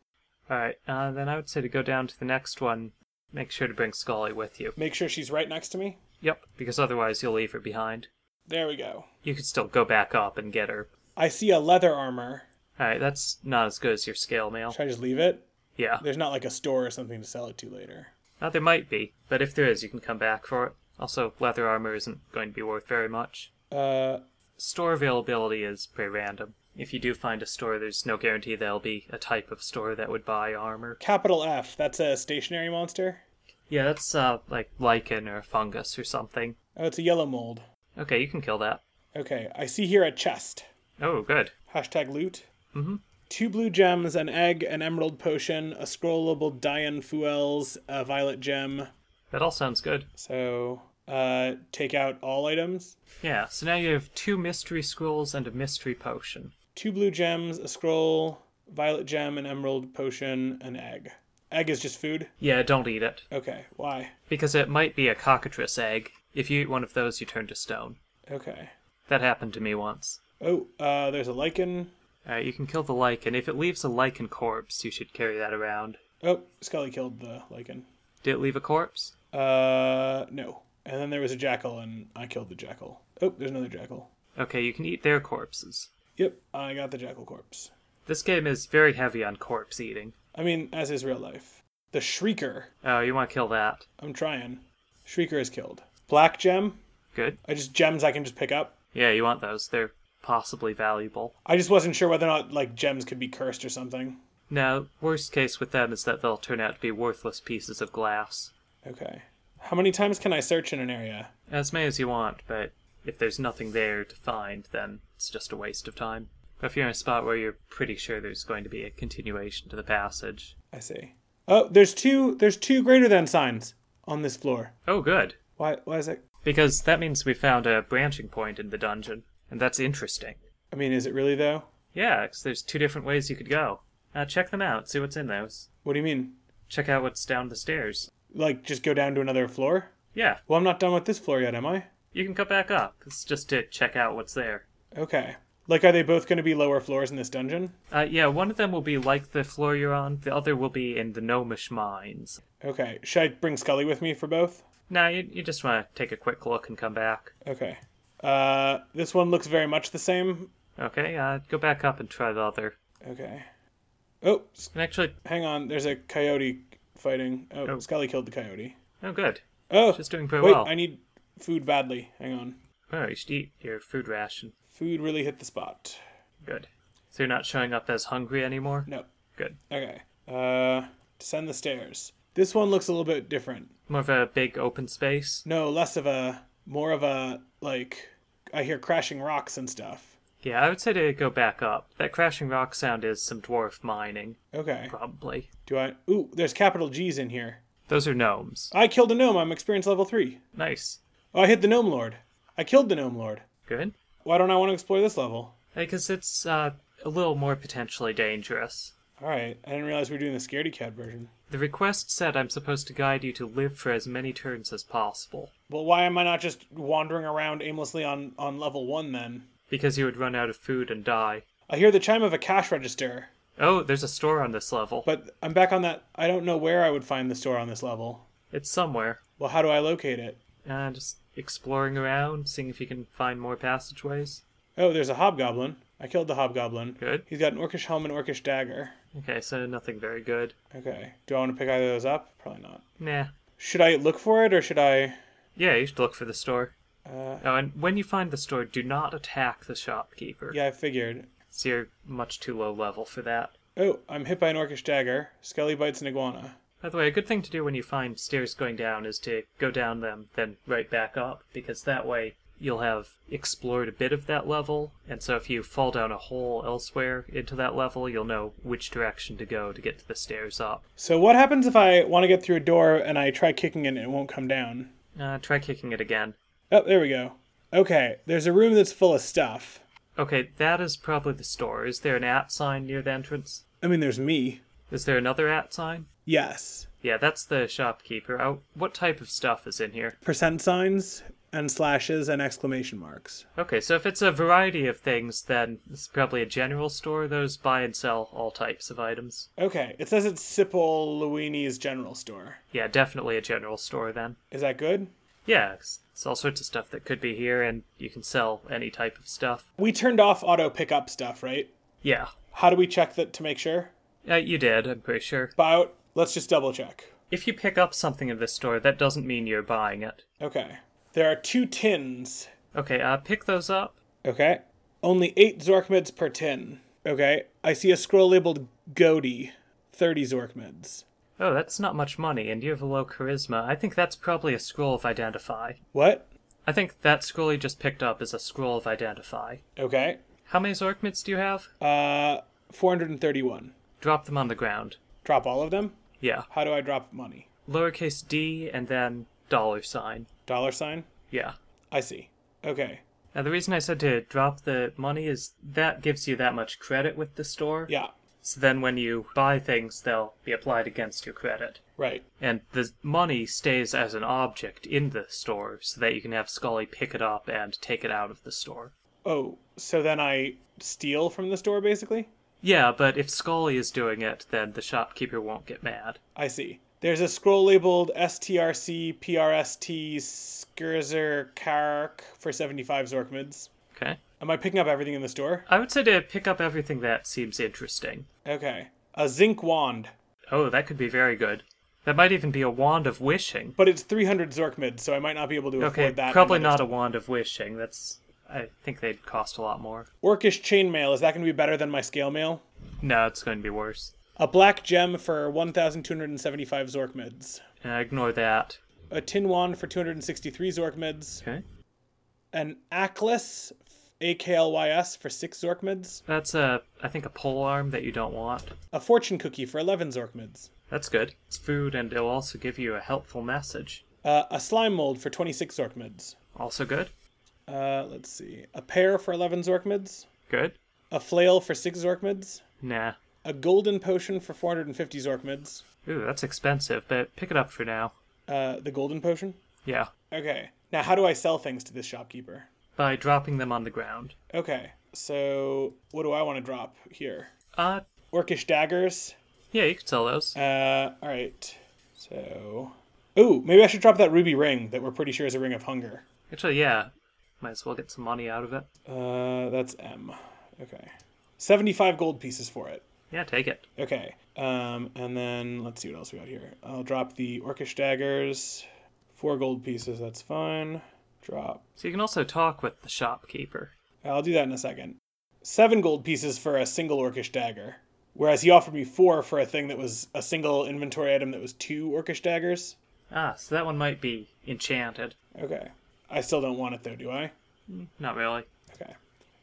All right, uh, then I would say to go down to the next one. Make sure to bring Scully with you.
Make sure she's right next to me.
Yep, because otherwise you'll leave her behind.
There we go.
You could still go back up and get her.
I see a leather armor.
All right, that's not as good as your scale mail.
Should I just leave it?
Yeah,
There's not like a store or something to sell it to later.
uh, there might be, but if there is, you can come back for it. Also, leather armor isn't going to be worth very much.
Uh,
Store availability is pretty random. If you do find a store, there's no guarantee there'll be a type of store that would buy armor.
capital F. That's a stationary monster.
Yeah, that's uh, like lichen or fungus or something.
Oh, it's a yellow mold.
Okay, you can kill that.
Okay, I see here a chest.
Oh, good.
Hashtag loot. Mm-hmm. Two blue gems, an egg, an emerald potion, a scrollable Dian Fuels, a violet gem.
That all sounds good.
So, uh, take out all items.
Yeah, so now you have two mystery scrolls and a mystery potion.
Two blue gems, a scroll, violet gem, an emerald potion, an egg. Egg is just food?
Yeah, don't eat it,
Okay, why?
because it might be a cockatrice egg. If you eat one of those, you turn to stone.
Okay.
That happened to me once.
Oh, uh, there's a lichen.
Uh, you can kill the lichen. If it leaves a lichen corpse, you should carry that around.
Oh, Scully killed the lichen.
Did it leave a corpse?
Uh, no. And then there was a jackal, and I killed the jackal. Oh, there's another jackal.
Okay, you can eat their corpses.
Yep, I got the jackal corpse.
This game is very heavy on corpse eating.
I mean, as is real life. The Shrieker.
Oh, you want to kill that?
I'm trying. Shrieker is killed. Black gem.
Good.
I just gems I can just pick up.
Yeah, you want those. They're possibly valuable.
I just wasn't sure whether or not like gems could be cursed or something.
Now, worst case with them is that they'll turn out to be worthless pieces of glass.
Okay. How many times can I search in an area?
As many as you want, but if there's nothing there to find, then it's just a waste of time. But if you're in a spot where you're pretty sure there's going to be a continuation to the passage.
I see. Oh, there's two. There's two greater than signs on this floor.
Oh, good.
Why? Why is it?
Because that means we found a branching point in the dungeon, and that's interesting.
I mean, is it really though?
Yeah, 'cause there's two different ways you could go. Uh, check them out, see what's in those.
What do you mean?
Check out what's down the stairs.
Like just go down to another floor?
Yeah,
Well, I'm not done with this floor yet, am I?
you can come back up. It's just to check out what's there.
Okay. Like, are they both going to be lower floors in this dungeon?
Uh, yeah, one of them will be like the floor you're on, the other will be in the gnomish mines.
Okay. Should I bring Scully with me for both?
Now, you, you just want to take a quick look and come back.
Okay. Uh, this one looks very much the same.
Okay, uh, go back up and try the other.
Okay. Oh, s-
And actually,
hang on. There's a coyote fighting. Oh,
Oh.
Scully killed the coyote.
oh, good.
Oh,
Just doing pretty
wait.
well.
I need food badly. Hang on.
Oh, you should eat your food ration.
Food really hit the spot.
Good. So you're not showing up as hungry anymore?
No.
Good.
Okay. Uh, descend the stairs. This one looks a little bit different.
More of a big open space?
No, less of a, more of a like. I hear crashing rocks and stuff.
Yeah, I would say to go back up. That crashing rock sound is some dwarf mining,
Okay.
probably.
Do I? Ooh, there's capital G's in here.
Those are gnomes.
I killed a gnome. I'm experience level three.
Nice.
Oh, I hit the gnome lord. I killed the gnome lord.
Good.
Why don't I want to explore this level?
Because it's uh, a little more potentially dangerous.
All right. I didn't realize we were doing the scaredy cat version.
The request said I'm supposed to guide you to live for as many turns as possible,
Well, why am I not just wandering around aimlessly on on level one then?
because you would run out of food and die.
I hear the chime of a cash register,
Oh, there's a store on this level.
but I'm back on that. I don't know where I would find the store on this level.
it's somewhere.
Well, how do I locate it?
Uh, just exploring around, seeing if you can find more passageways.
Oh, there's a hobgoblin. I killed the hobgoblin.
Good.
He's got an orcish helm and orcish dagger.
Okay, so nothing very good.
Okay. Do I want to pick either of those up? Probably not.
Nah.
Should I look for it or should I? uh,
Yeah, you should look for the store. oh, and when you find the store, do not attack the shopkeeper.
Yeah, I figured.
So you're much too low level for that.
Oh, I'm hit by an orcish dagger. Skelly bites an iguana.
By the way, a good thing to do when you find stairs going down is to go down them, then right back up, because that way you'll have explored a bit of that level, and so if you fall down a hole elsewhere into that level, you'll know which direction to go to get to the stairs up.
So what happens if I want to get through a door and I try kicking it and it won't come down?
Uh, try kicking it again.
Oh, there we go. Okay, there's a room that's full of stuff.
Okay, that is probably the store. Is there an at sign near the entrance?
I mean, there's me.
Is there another at sign?
Yes.
Yeah, that's the shopkeeper. Oh, what type of stuff is in here?
Percent signs and slashes and exclamation marks.
Okay, so if it's a variety of things, then it's probably a general store. Those buy and sell all types of items.
Okay, it says it's Sipple Luini's General Store.
Yeah, definitely a general store then.
Is that good?
Yeah, it's, it's all sorts of stuff that could be here, and you can sell any type of stuff.
We turned off auto pickup stuff, right?
Yeah,
How do we check that to make sure?
uh, you did, I'm pretty sure.
About, let's just double check.
If you pick up something in this store, that doesn't mean you're buying it.
Okay. There are two tins.
Okay, uh, pick those up.
Okay. Only eight Zorkmids per tin. Okay. I see a scroll labeled Goaty. 30 Zorkmids.
Oh, that's not much money, and you have a low charisma. I think that's probably a scroll of identify.
What?
I think that scroll you just picked up is a scroll of identify.
Okay.
How many Zorkmids do you have?
Uh, 431.
Drop them on the ground.
Drop all of them?
Yeah.
How do I drop money?
Lowercase d and then dollar sign.
Dollar sign?
Yeah.
I see. Okay.
Now, the reason I said to drop the money is that gives you that much credit with the store.
Yeah.
So then when you buy things, they'll be applied against your credit.
Right.
And the money stays as an object in the store so that you can have Scully pick it up and take it out of the store.
Oh, so then I steal from the store basically?
Yeah, but if Scully is doing it, then the shopkeeper won't get mad.
I see. There's a scroll labeled STRC PRST Skurzer Kark for 75 Zorkmids.
Okay?
Am I picking up everything in the store?
I would say to pick up everything that seems interesting.
Okay. A zinc wand,
Oh, that could be very good. That might even be a wand of wishing.
but it's 300 Zorkmids, so I might not be able to
Okay,
afford that.
probably
in my
not a wand of wishing. That's I think they'd cost a lot more.
Orcish chainmail, is that going to be better than my scale mail?
No, it's going to be worse.
A black gem for 1,275 Zorkmids.
Uh, ignore that.
A tin wand for 263 Zorkmids.
Okay.
An Aklys, AKLYS, for 6 Zorkmids.
That's a I think a pole arm that you don't want.
A fortune cookie for 11 Zorkmids.
That's good. It's food and it'll also give you a helpful message.
Uh, a slime mold for 26 Zorkmids.
Also good.
Uh, let's see. A pear for 11 Zorkmids.
Good.
A flail for 6 Zorkmids.
Nah.
A golden potion for 450 Zorkmids.
Ooh, that's expensive, but pick it up for now.
Uh, the golden potion?
Yeah.
Okay. Now, how do I sell things to this shopkeeper?
By dropping them on the ground.
Okay. So, what do I want to drop here?
Uh
Orcish daggers.
yeah, you could sell those.
Uh, all right. So, ooh, maybe I should drop that ruby ring that we're pretty sure is a ring of hunger.
Actually, yeah. Might as well get some money out of it.
Uh, that's M. Okay. 75 gold pieces for it.
Yeah, take it.
Okay. Um, and then let's see what else we got here. I'll drop the Orcish daggers. Four gold pieces, that's fine. Drop.
So you can also talk with the shopkeeper.
I'll do that in a second. Seven gold pieces for a single Orcish dagger. Whereas he offered me four for a thing that was a single inventory item that was two Orcish daggers.
Ah, so that one might be enchanted.
Okay. I still don't want it though, do I?
Not really.
Okay.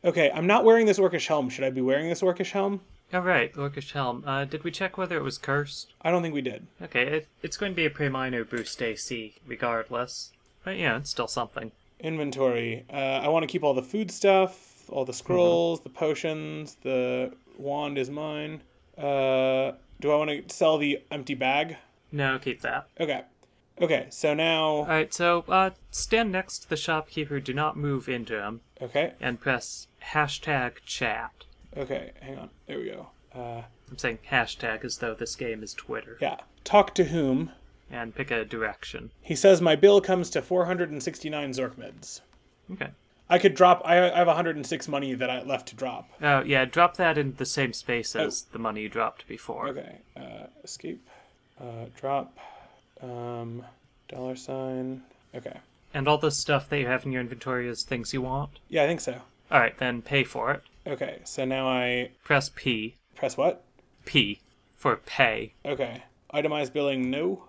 Okay, I'm not wearing this Orcish helm. Should I be wearing this Orcish helm?
All right, Orcish Helm. Uh, did we check whether it was cursed?
I don't think we did.
Okay, it, it's going to be a pretty minor boost AC, regardless. But yeah, it's still something.
Inventory. Uh, I want to keep all the food stuff, all the scrolls, the potions, the wand is mine. Uh, do I want to sell the empty bag?
No, keep that.
Okay. Okay, so now.
All right, so uh, stand next to the shopkeeper. Do not move into him,
Okay,
and press hashtag chat.
okay, hang on. There we go. Uh,
I'm saying hashtag as though this game is Twitter.
yeah. Talk to whom?
And pick a direction.
He says, My bill comes to 469 Zorkmids.
Okay.
I could drop. I, I have 106 money that I left to drop.
Oh yeah, drop that in the same space as the money you dropped before.
Okay. Uh, escape. Uh, drop. Um, dollar sign. Okay.
And all the stuff that you have in your inventory is things you want.
Yeah, I think so.
All right, then pay for it.
Okay. So now I
Press P.
press what?
P for pay.
Okay. Itemized billing. No.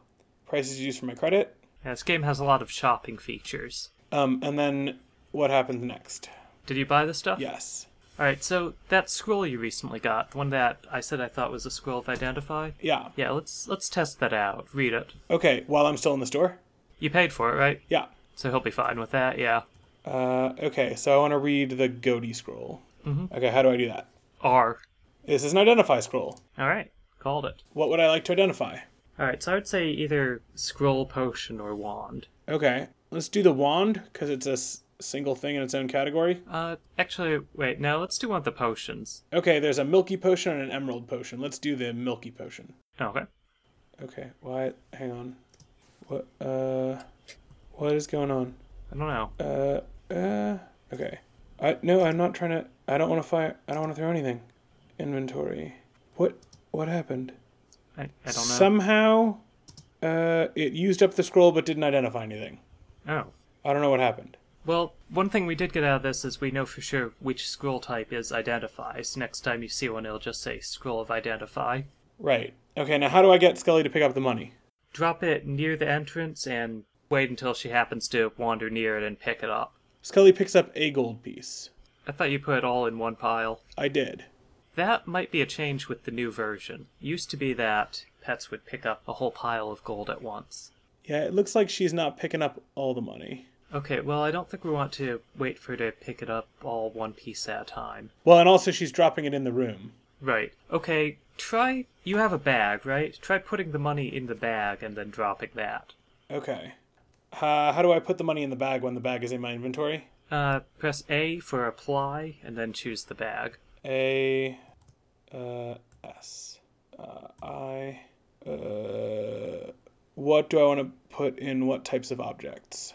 Prices used for my credit.
Now, this game has a lot of shopping features.
Um, and then what happens next?
Did you buy the stuff?
Yes.
All right, so that scroll you recently got, the one that I said I thought was a scroll of identify.
Yeah.
Yeah, let's let's test that out. Read it.
Okay. While I'm still in the store.
You paid for it, right?
Yeah.
So he'll be fine with that. Yeah.
Uh, okay. So I want to read the Goaty scroll. Mm-hmm. Okay. How do I do that?
R.
This is an identify scroll.
All right, called it.
What would I like to identify?
All right, so I would say either scroll, potion, or wand.
Okay. Let's do the wand because it's a s- single thing in its own category.
Uh, actually, wait. No, let's do one of the potions.
Okay, there's a milky potion and an emerald potion. Let's do the milky potion.
Okay.
Okay, why? Hang on. What? Uh, what is going on?
I don't know.
Uh, uh. Okay. I no, I'm not trying to. I don't want to fire. I don't want to throw anything. Inventory. What? What happened?
I, I don't know.
Somehow, uh, it used up the scroll but didn't identify anything.
Oh.
I don't know what happened.
Well, one thing we did get out of this is we know for sure which scroll type is identify. So next time you see one, it'll just say scroll of identify.
Right. Okay. Now, how do I get Scully to pick up the money?
Drop it near the entrance and wait until she happens to wander near it and pick it up.
Scully picks up a gold piece.
I thought you put it all in one pile.
I did.
That might be a change with the new version. Used to be that pets would pick up a whole pile of gold at once.
Yeah, it looks like she's not picking up all the money.
Okay, well, I don't think we want to wait for her to pick it up all one piece at a time.
Well, and also she's dropping it in the room.
Right. Okay, try. You have a bag, right? Try putting the money in the bag and then dropping that.
Okay. Uh, how do I put the money in the bag when the bag is in my inventory?
Uh, press A for apply and then choose the bag.
A, uh, S, uh, I, uh, what do I want to put in what types of objects?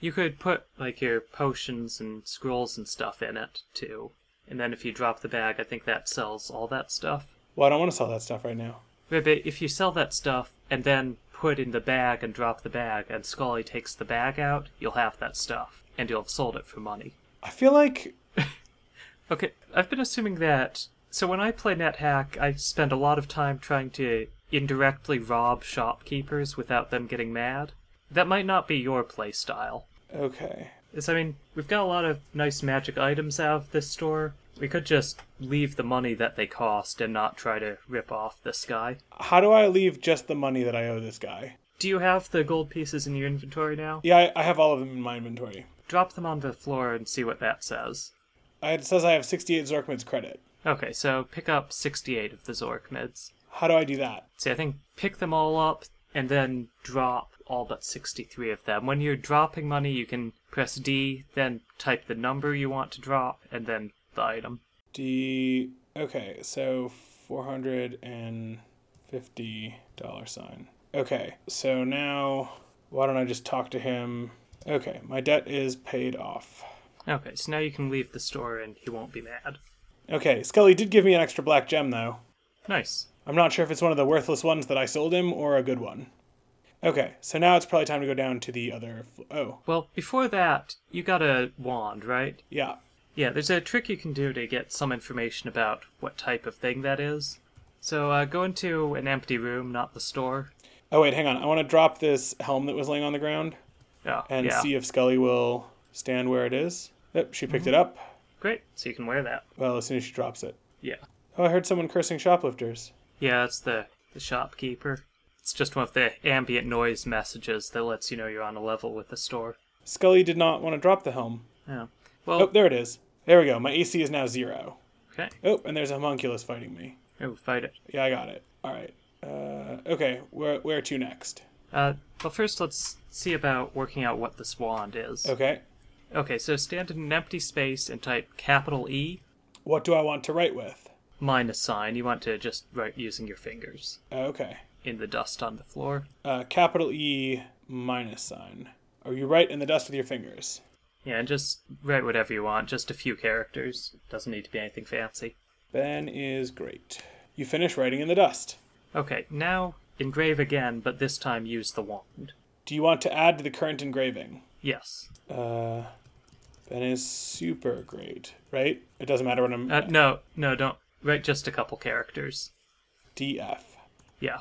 You could put, like, your potions and scrolls and stuff in it, too. And then if you drop the bag, I think that sells all that stuff.
Well, I don't want to sell that stuff right now.
Right, but if you sell that stuff and then put in the bag and drop the bag, and Scully takes the bag out, you'll have that stuff, and you'll have sold it for money.
I feel like,
Okay, I've been assuming that. So when I play NetHack, I spend a lot of time trying to indirectly rob shopkeepers without them getting mad. That might not be your playstyle.
okay.
It's, I mean, we've got a lot of nice magic items out of this store. We could just leave the money that they cost and not try to rip off this guy.
How do I leave just the money that I owe this guy?
Do you have the gold pieces in your inventory now?
Yeah, I, I have all of them in my inventory.
Drop them on the floor and see what that says.
Uh, It says I have 68 Zorkmid's credit.
Okay, so pick up 68 of the Zork mids.
How do I do that?
See, I think pick them all up and then drop all but 63 of them. When you're dropping money, you can press D, then type the number you want to drop, and then the item.
D. Okay, so four hundred and fifty dollar sign. Okay, so now why don't I just talk to him? Okay, my debt is paid off.
Okay, so now you can leave the store and he won't be mad.
Okay, Scully did give me an extra black gem though.
Nice.
I'm not sure if it's one of the worthless ones that I sold him or a good one. Okay, so now it's probably time to go down to the other. Fl- oh,
Well, before that, you got a wand, right?
yeah.
Yeah, there's a trick you can do to get some information about what type of thing that is. So uh, go into an empty room, not the store.
Oh wait, hang on. I want to drop this helm that was laying on the ground
Oh,
and
yeah.
see if Scully will stand where it is. Yep, she picked it up.
Great, so you can wear that.
Well, as soon as she drops it.
Yeah.
Oh, I heard someone cursing shoplifters.
Yeah, it's the, the shopkeeper. It's just one of the ambient noise messages that lets you know you're on a level with the store.
Scully did not want to drop the helm.
Yeah.
Oh,
Well,
there it is. There we go. My AC is now zero.
okay.
Oh, and there's a homunculus fighting me.
Oh, fight it.
Yeah, I got it. All right. Uh, okay, where where to next?
Uh, well, first let's see about working out what this wand is.
Okay.
Okay, so stand in an empty space and type capital E
What do I want to write with?
minus sign. You want to just write using your fingers
Okay.
in the dust on the floor.
Uh, capital E minus sign. Or you write in the dust with your fingers.
Yeah, and just write whatever you want, just a few characters. Doesn't need to be anything fancy.
Ben is great. You finish writing in the dust.
Okay, now engrave again, but this time use the wand.
Do you want to add to the current engraving?
Yes.
Uh, Ben is super great, right? It doesn't matter what I'm.
Uh, no, no, don't. Write just a couple characters.
DF.
Yeah.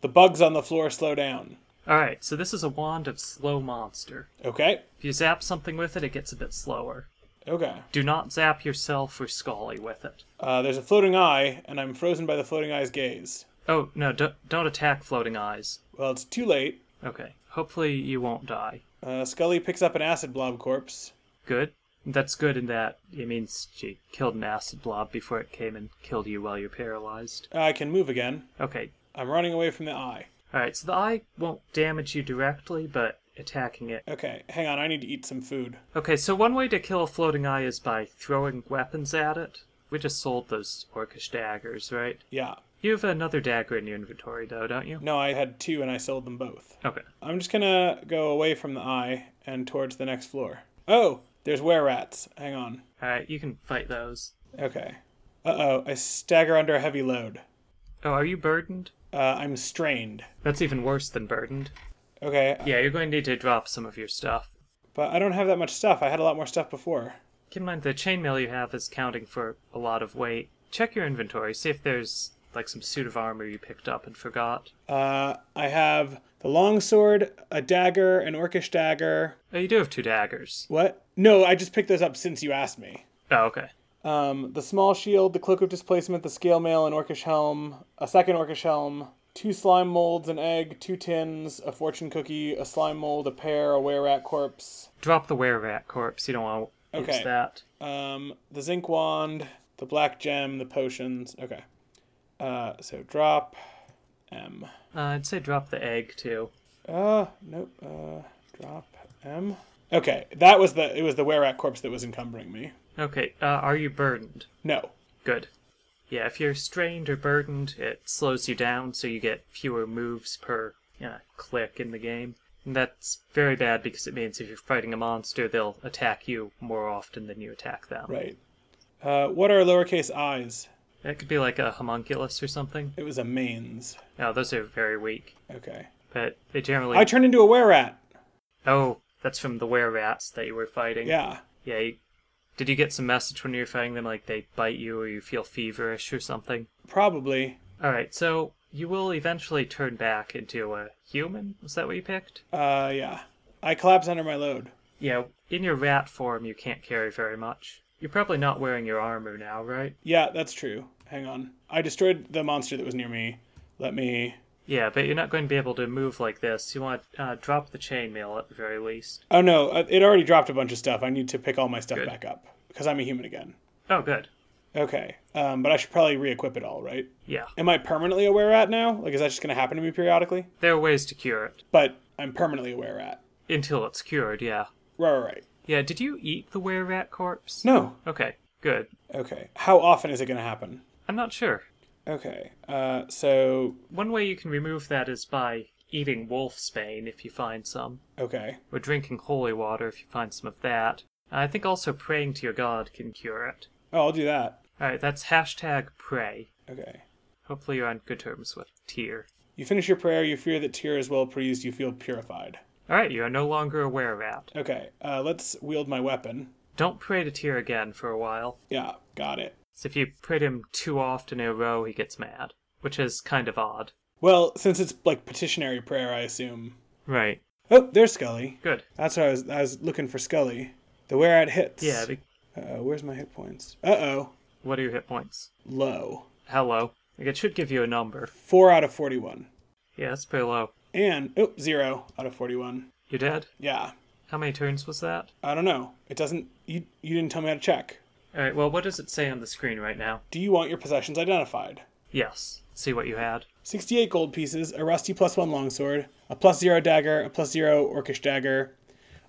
The bugs on the floor slow down.
Alright, so this is a wand of slow monster.
Okay.
If you zap something with it, it gets a bit slower.
Okay.
Do not zap yourself or Scully with it.
Uh, there's a floating eye, and I'm frozen by the floating eye's gaze.
Oh, no, don't, don't attack floating eyes.
Well, it's too late.
Okay, hopefully you won't die.
Uh, Scully picks up an acid blob corpse.
Good? That's good in that it means she killed an acid blob before it came and killed you while you're paralyzed.
I can move again.
Okay,
I'm running away from the eye.
Alright, so the eye won't damage you directly, but attacking it.
Okay, hang on, I need to eat some food.
Okay, so one way to kill a floating eye is by throwing weapons at it. We just sold those orcish daggers, right?
Yeah.
You have another dagger in your inventory, though, don't you?
No, I had two and I sold them both.
Okay.
I'm just gonna go away from the eye and towards the next floor. Oh, there's were rats. Hang on.
Alright, you can fight those.
Okay. Uh oh, I stagger under a heavy load.
Oh, are you burdened?
Uh, I'm strained.
That's even worse than burdened.
Okay,
Yeah, you're going to need to drop some of your stuff.
but I don't have that much stuff. I had a lot more stuff before.
Keep in mind the chainmail you have is counting for a lot of weight. Check your inventory, see if there's like some suit of armor you picked up and forgot.
Uh, I have the longsword, a dagger, an orcish dagger.
Oh, you do have two daggers.
What? No, I just picked those up since you asked me.
Oh, okay.
Um, the small shield, the cloak of displacement, the scale mail, an orcish helm, a second orcish helm, two slime molds, an egg, two tins, a fortune cookie, a slime mold, a pear, a were rat corpse,
Drop the were rat corpse. You don't want to
Okay.
use that.
um, the zinc wand, the black gem, the potions. Okay. Uh, so drop M.
Uh, I'd say drop the egg too.
Uh, nope. Uh, drop M. Okay, that was the it was the were rat corpse that was encumbering me.
Okay. Uh, are you burdened?
No.
Good. Yeah. If you're strained or burdened, it slows you down, so you get fewer moves per uh, click in the game. And that's very bad because it means if you're fighting a monster, they'll attack you more often than you attack them.
Right. Uh, what are lowercase i's?
That could be like a homunculus or something.
It was a mains.
No, those are very weak,
Okay.
but they generally.
I turned into a were rat.
oh, that's from the were rats that you were fighting.
Yeah.
Yeah. You... Did you get some message when you were fighting them, like they bite you or you feel feverish or something?
Probably.
All right, so you will eventually turn back into a human. Was that what you picked?
Uh, yeah. I collapse under my load.
Yeah. In your rat form, you can't carry very much. You're probably not wearing your armor now, right?
Yeah, that's true. Hang on. I destroyed the monster that was near me. Let me.
Yeah, but you're not going to be able to move like this. You want to uh, drop the chainmail at the very least.
Oh no, uh, it already dropped a bunch of stuff. I need to pick all my stuff
Good.
back up because I'm a human again.
Oh, good.
Okay. Um, but I should probably re-equip it all, right?
Yeah.
Am I permanently a were rat now? Like, is that just gonna happen to me periodically?
There are ways to cure it.
But I'm permanently a were rat.
Until it's cured, yeah.
Right, right, right.
Yeah, did you eat the were rat corpse?
No.
Okay, good.
Okay. How often is it gonna happen?
I'm not sure.
Okay. Uh, so
One way you can remove that is by eating wolf's bane if you find some.
okay.
or drinking holy water if you find some of that. I think also praying to your god can cure it.
Oh, I'll do that.
Alright, that's hashtag pray.
Okay.
Hopefully you're on good terms with Tyr.
You finish your prayer, you fear that Tyr is well pleased, you feel purified.
Alright, you are no longer aware of that.
Okay, uh, let's wield my weapon.
Don't pray to Tyr again for a while.
Yeah, got it.
'cause if you pray to him too often in a row, he gets mad, which is kind of odd.
Well, since it's like petitionary prayer, I assume.
Right.
Oh, there's Scully.
Good.
That's what I was. I was looking for Scully. The where at hits.
Yeah, be-
Uh, where's my hit points? Uh oh.
what are your hit points?
Low.
How low? Like, it should give you a number.
Four out of forty-one.
Yeah, that's pretty low.
And oh, zero out of forty-one.
You dead?
Yeah.
How many turns was that?
I don't know. It doesn't. You you didn't tell me how to check.
Alright, well, what does it say on the screen right now?
Do you want your possessions identified?
Yes. See what you had.
68 gold pieces, a rusty plus one longsword, a plus zero dagger, a plus zero orcish dagger,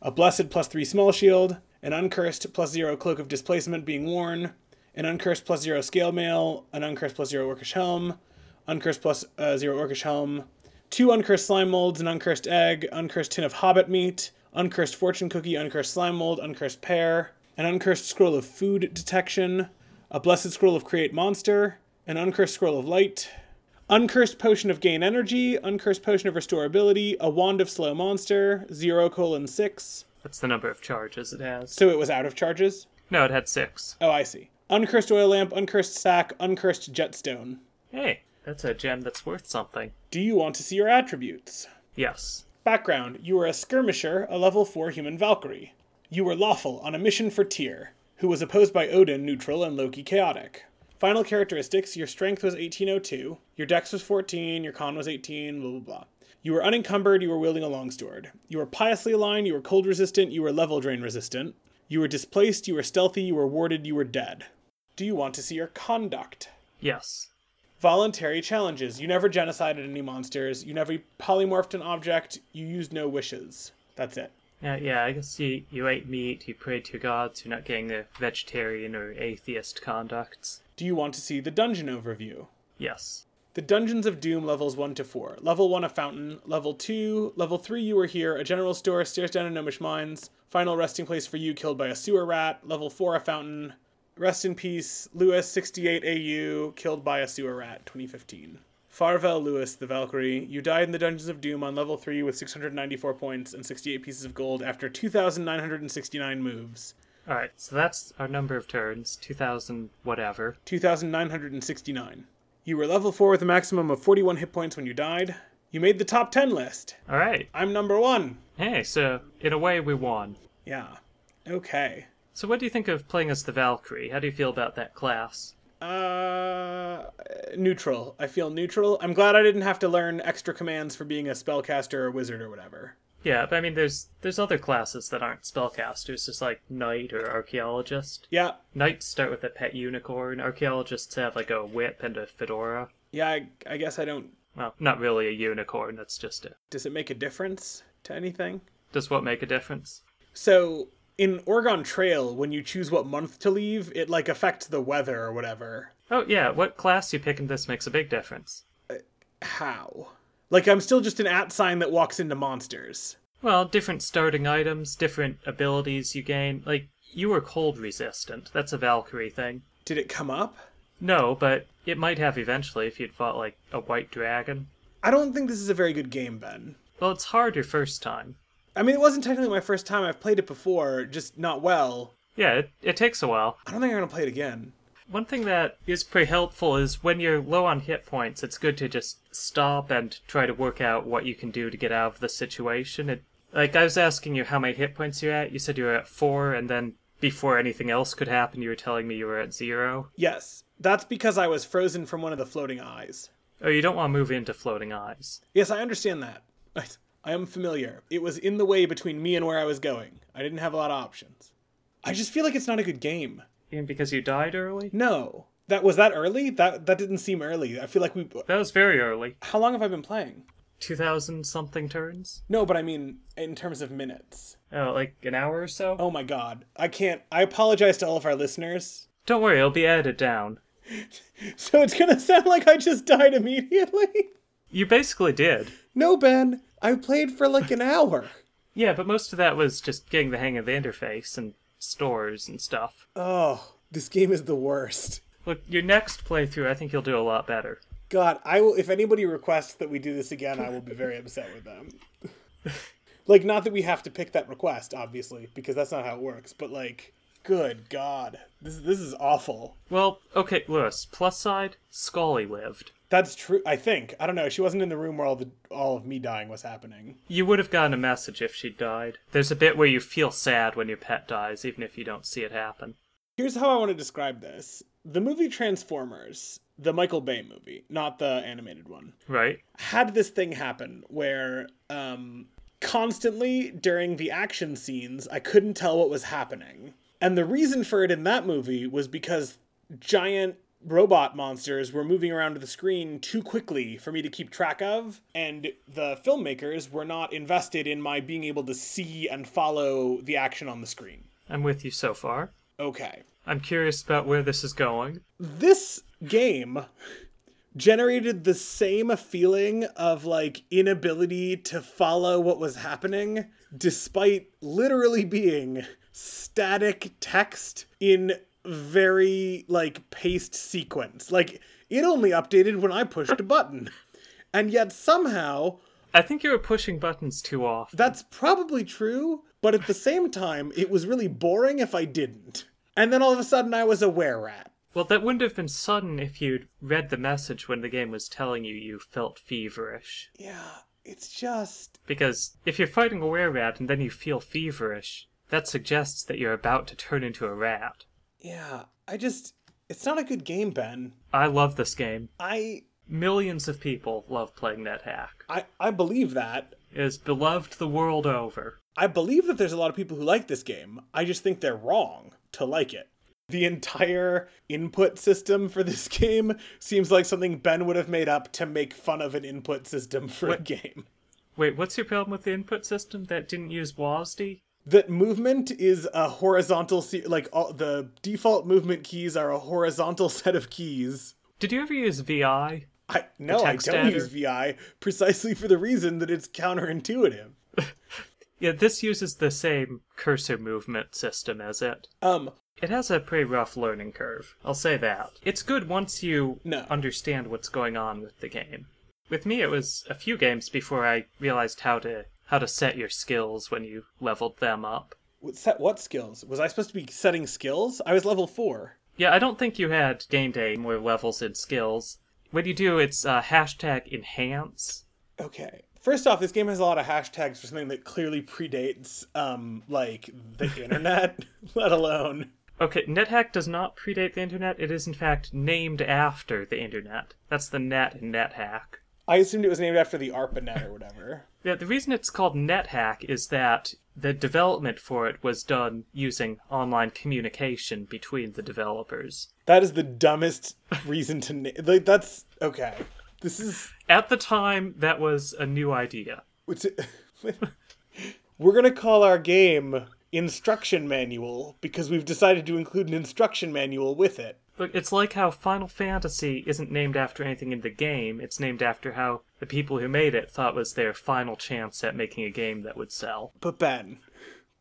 a blessed plus three small shield, an uncursed plus zero cloak of displacement being worn, an uncursed plus zero scale mail, an uncursed plus zero orcish helm, uncursed plus uh, zero orcish helm, two uncursed slime molds, an uncursed egg, uncursed tin of hobbit meat, uncursed fortune cookie, uncursed slime mold, uncursed pear, an uncursed scroll of food detection, a blessed scroll of create monster, an uncursed scroll of light, Uncursed potion of gain energy, uncursed potion of restorability, a wand of slow monster, zero colon six.
That's the number of charges it has.
So it was out of charges.
No, it had six.
Oh, I see. Uncursed oil lamp, uncursed sack, uncursed jetstone.
Hey, that's a gem that's worth something.
Do you want to see your attributes?
Yes.
Background: You were a skirmisher, a level four human Valkyrie. You were lawful on a mission for Tyr, who was opposed by Odin, neutral, and Loki, chaotic. Final characteristics: Your strength was 1802, your dex was 14, your con was 18, blah blah blah. You were unencumbered. You were wielding a longsword. You were piously aligned. You were cold resistant. You were level drain resistant. You were displaced. You were stealthy. You were warded. You were dead. Do you want to see your conduct?
Yes.
Voluntary challenges. You never genocided any monsters. You never polymorphed an object. You used no wishes. That's it.
Yeah, yeah, I guess you, you ate meat, you prayed to gods, you're not getting the vegetarian or atheist conducts.
Do you want to see the dungeon overview?
Yes.
The Dungeons of Doom levels 1 to 4. Level 1, a fountain. Level 2, level 3, you were here, a general store, stairs down to gnomish mines. Final resting place for you, killed by a sewer rat. Level 4, a fountain. Rest in peace, Lewis, 68 AU, killed by a sewer rat, 2015. Farvel Lewis, the Valkyrie, you died in the Dungeons of Doom on level 3 with 694 points and 68 pieces of gold after 2,969 moves.
Alright, so that's our number of turns 2,000 whatever.
2,969. You were level 4 with a maximum of 41 hit points when you died. You made the top 10 list.
Alright,
I'm number 1.
hey, so in a way we won.
Yeah. Okay.
So what do you think of playing as the Valkyrie? How do you feel about that class?
Uh, neutral. I feel neutral. I'm glad I didn't have to learn extra commands for being a spellcaster or wizard or whatever.
Yeah, but I mean, there's there's other classes that aren't spellcasters, just like knight or archaeologist.
Yeah.
Knights start with a pet unicorn. Archaeologists have like a whip and a fedora.
Yeah, I, I guess I don't.
Well, not really a unicorn. That's just a.
Does it make a difference to anything?
Does what make a difference?
So in Oregon Trail, when you choose what month to leave, it like affects the weather or whatever.
Oh yeah, what class you pick in this makes a big difference.
How? Like I'm still just an at sign that walks into monsters.
Well, different starting items, different abilities you gain. Like you were cold resistant. That's a Valkyrie thing.
Did it come up?
No, but it might have eventually if you'd fought like a white dragon.
I don't think this is a very good game, Ben.
Well, it's hard your first time.
I mean, it wasn't technically my first time. I've played it before, just not well.
Yeah, it, it takes a while.
I don't think I'm gonna play it again.
One thing that is pretty helpful is when you're low on hit points, it's good to just stop and try to work out what you can do to get out of the situation. It, like, I was asking you how many hit points you're at. You said you were at four, and then before anything else could happen, you were telling me you were at zero.
Yes, that's because I was frozen from one of the floating eyes.
Oh, you don't want to move into floating eyes.
Yes, I understand that. I, I am familiar. It was in the way between me and where I was going. I didn't have a lot of options. I just feel like it's not a good game.
Even because you died early?
No, that was that early. That that didn't seem early. I feel like we.
That was very early.
How long have I been playing?
2,000 something turns?
No, but I mean in terms of minutes.
Oh, like an hour or so?
Oh my god, I can't. I apologize to all of our listeners.
Don't worry, it'll be edited down.
So it's gonna sound like I just died immediately.
You basically did.
No, Ben, I played for like an hour.
Yeah, but most of that was just getting the hang of the interface and stores and stuff.
Oh, this game is the worst.
Look, your next playthrough, I think you'll do a lot better.
God, I will. If anybody requests that we do this again, I will be very upset with them. like, not that we have to pick that request, obviously, because that's not how it works. But like, good God, this this is awful.
Well, okay, Lewis, plus side, Scully lived.
That's true. I think I don't know. She wasn't in the room where all the all of me dying was happening.
You would have gotten a message if she died. There's a bit where you feel sad when your pet dies, even if you don't see it happen.
Here's how I want to describe this: the movie Transformers, the Michael Bay movie, not the animated one.
Right?
had this thing happen where um, constantly during the action scenes, I couldn't tell what was happening. And the reason for it in that movie was because giant robot monsters were moving around the screen too quickly for me to keep track of. And the filmmakers were not invested in my being able to see and follow the action on the screen.
I'm with you so far.
Okay.
I'm curious about where this is going.
this game generated the same feeling of like inability to follow what was happening despite literally being static text in very like paced sequence like it only updated when i pushed a button and yet somehow
I think you were pushing buttons too often.
that's probably true, but at the same time, it was really boring if I didn't. And then all of a sudden, I was a were rat.
Well, that wouldn't have been sudden if you'd read the message when the game was telling you you felt feverish.
Yeah, it's just
Because if you're fighting a were rat and then you feel feverish, that suggests that you're about to turn into a rat.
Yeah, I just it's not a good game, Ben.
I love this game.
I
Millions of people love playing NetHack.
I I believe that.
It is beloved the world over.
I believe that there's a lot of people who like this game. I just think they're wrong to like it. The entire input system for this game seems like something Ben would have made up to make fun of an input system for a game.
Wait, what's your problem with the input system that didn't use WASD?
that movement is a horizontal se- like all, the default movement keys are a horizontal set of keys
Did you ever use VI?
i no i
text
don't
editor.
use vi precisely for the reason that it's counterintuitive
Yeah, this uses the same cursor movement system as it.
um
It has a pretty rough learning curve, I'll say that. It's good once you
No.
understand what's going on with the game. With me it was a few games before I realized how to how to set your skills when you leveled them up.
what- set what skills was i supposed to be setting skills i was level four
Yeah, I don't think you had game day more levels and skills. When you do, it's uh, hashtag enhance.
okay first off this game has a lot of hashtags for something that clearly predates um like the internet let alone
Okay, NetHack does not predate the internet. It is in fact named after the internet. That's the net in NetHack.
i assumed it was named after the arpanet or whatever
Yeah, the reason it's called NetHack is that the development for it was done using online communication between the developers.
That is the dumbest reason to na- like. That's okay. This is
At the time, that was a new idea.
what's it? we're gonna call our game instruction manual because we've decided to include an instruction manual with it.
Look, it's like how Final Fantasy isn't named after anything in the game, it's named after how the people who made it thought was their final chance at making a game that would sell.
But Ben,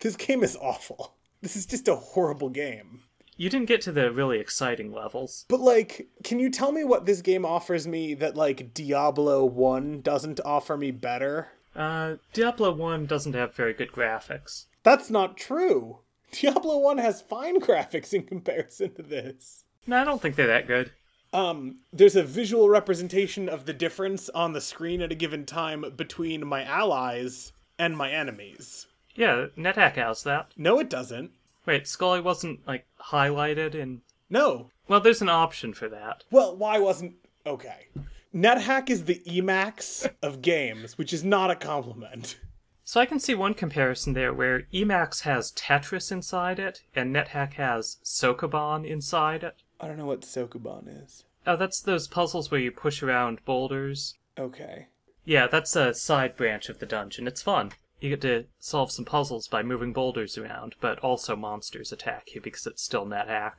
this game is awful. This is just a horrible game.
You didn't get to the really exciting levels.
But like, can you tell me what this game offers me that like Diablo 1 doesn't offer me better?
Uh, Diablo 1 doesn't have very good graphics.
That's not true. Diablo 1 has fine graphics in comparison to this.
No, I don't think they're that good.
um, there's a visual representation of the difference on the screen at a given time between my allies and my enemies.
Yeah, NetHack has that.
No, it doesn't.
Wait, Scully wasn't like highlighted and
No.
well, there's an option for that.
Well, why wasn't. Okay. NetHack is the Emacs of games, which is not a compliment.
So I can see one comparison there where Emacs has Tetris inside it and NetHack has Sokoban inside it.
I don't know what Sokoban is.
Oh, that's those puzzles where you push around boulders.
Okay.
Yeah, that's a side branch of the dungeon. It's fun. You get to solve some puzzles by moving boulders around, but also monsters attack you because it's still NetHack.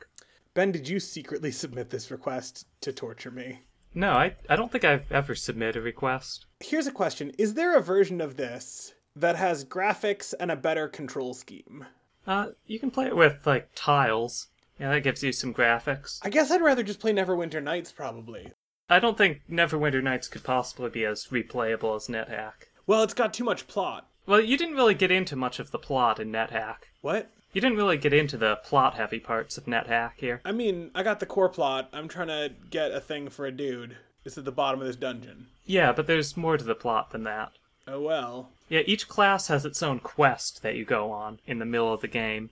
Ben, did you secretly submit this request to torture me?
No, I, I don't think I've ever submitted a request.
Here's a question Is there a version of this that has graphics and a better control scheme?
Uh, you can play it with, like, tiles. Yeah, that gives you some graphics.
I guess I'd rather just play Neverwinter Nights, probably.
I don't think Neverwinter Nights could possibly be as replayable as NetHack.
Well, it's got too much plot.
Well, you didn't really get into much of the plot in NetHack.
What?
You didn't really get into the plot heavy parts of NetHack here.
I mean, I got the core plot. I'm trying to get a thing for a dude. It's at the bottom of this dungeon.
Yeah, but there's more to the plot than that.
Oh well.
Yeah, each class has its own quest that you go on in the middle of the game.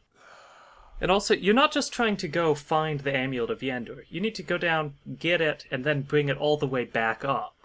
And also, you're not just trying to go find the Amulet of Yendor. You need to go down, get it, and then bring it all the way back up.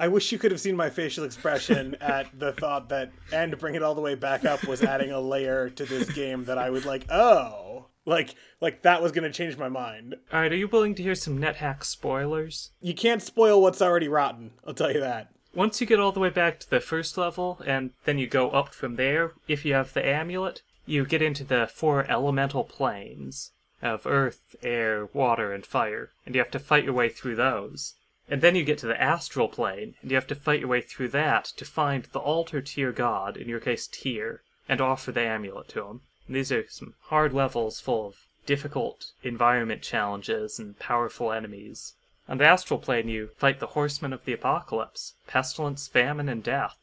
I wish you could have seen my facial expression at the thought that and bring it all the way back up was adding a layer to this game that I would like, oh, like like that was going to change my mind.
Alright, are you willing to hear some NetHack spoilers?
You can't spoil what's already rotten. I'll tell you that.
Once you get all the way back to the first level, and then you go up from there, if you have the amulet, you get into the four elemental planes of earth, air, water, and fire, and you have to fight your way through those. And then you get to the astral plane, and you have to fight your way through that to find the altar to your god, in your case Tyr, and offer the amulet to him. And these are some hard levels full of difficult environment challenges and powerful enemies. On the astral plane, you fight the horsemen of the apocalypse, pestilence, famine, and death.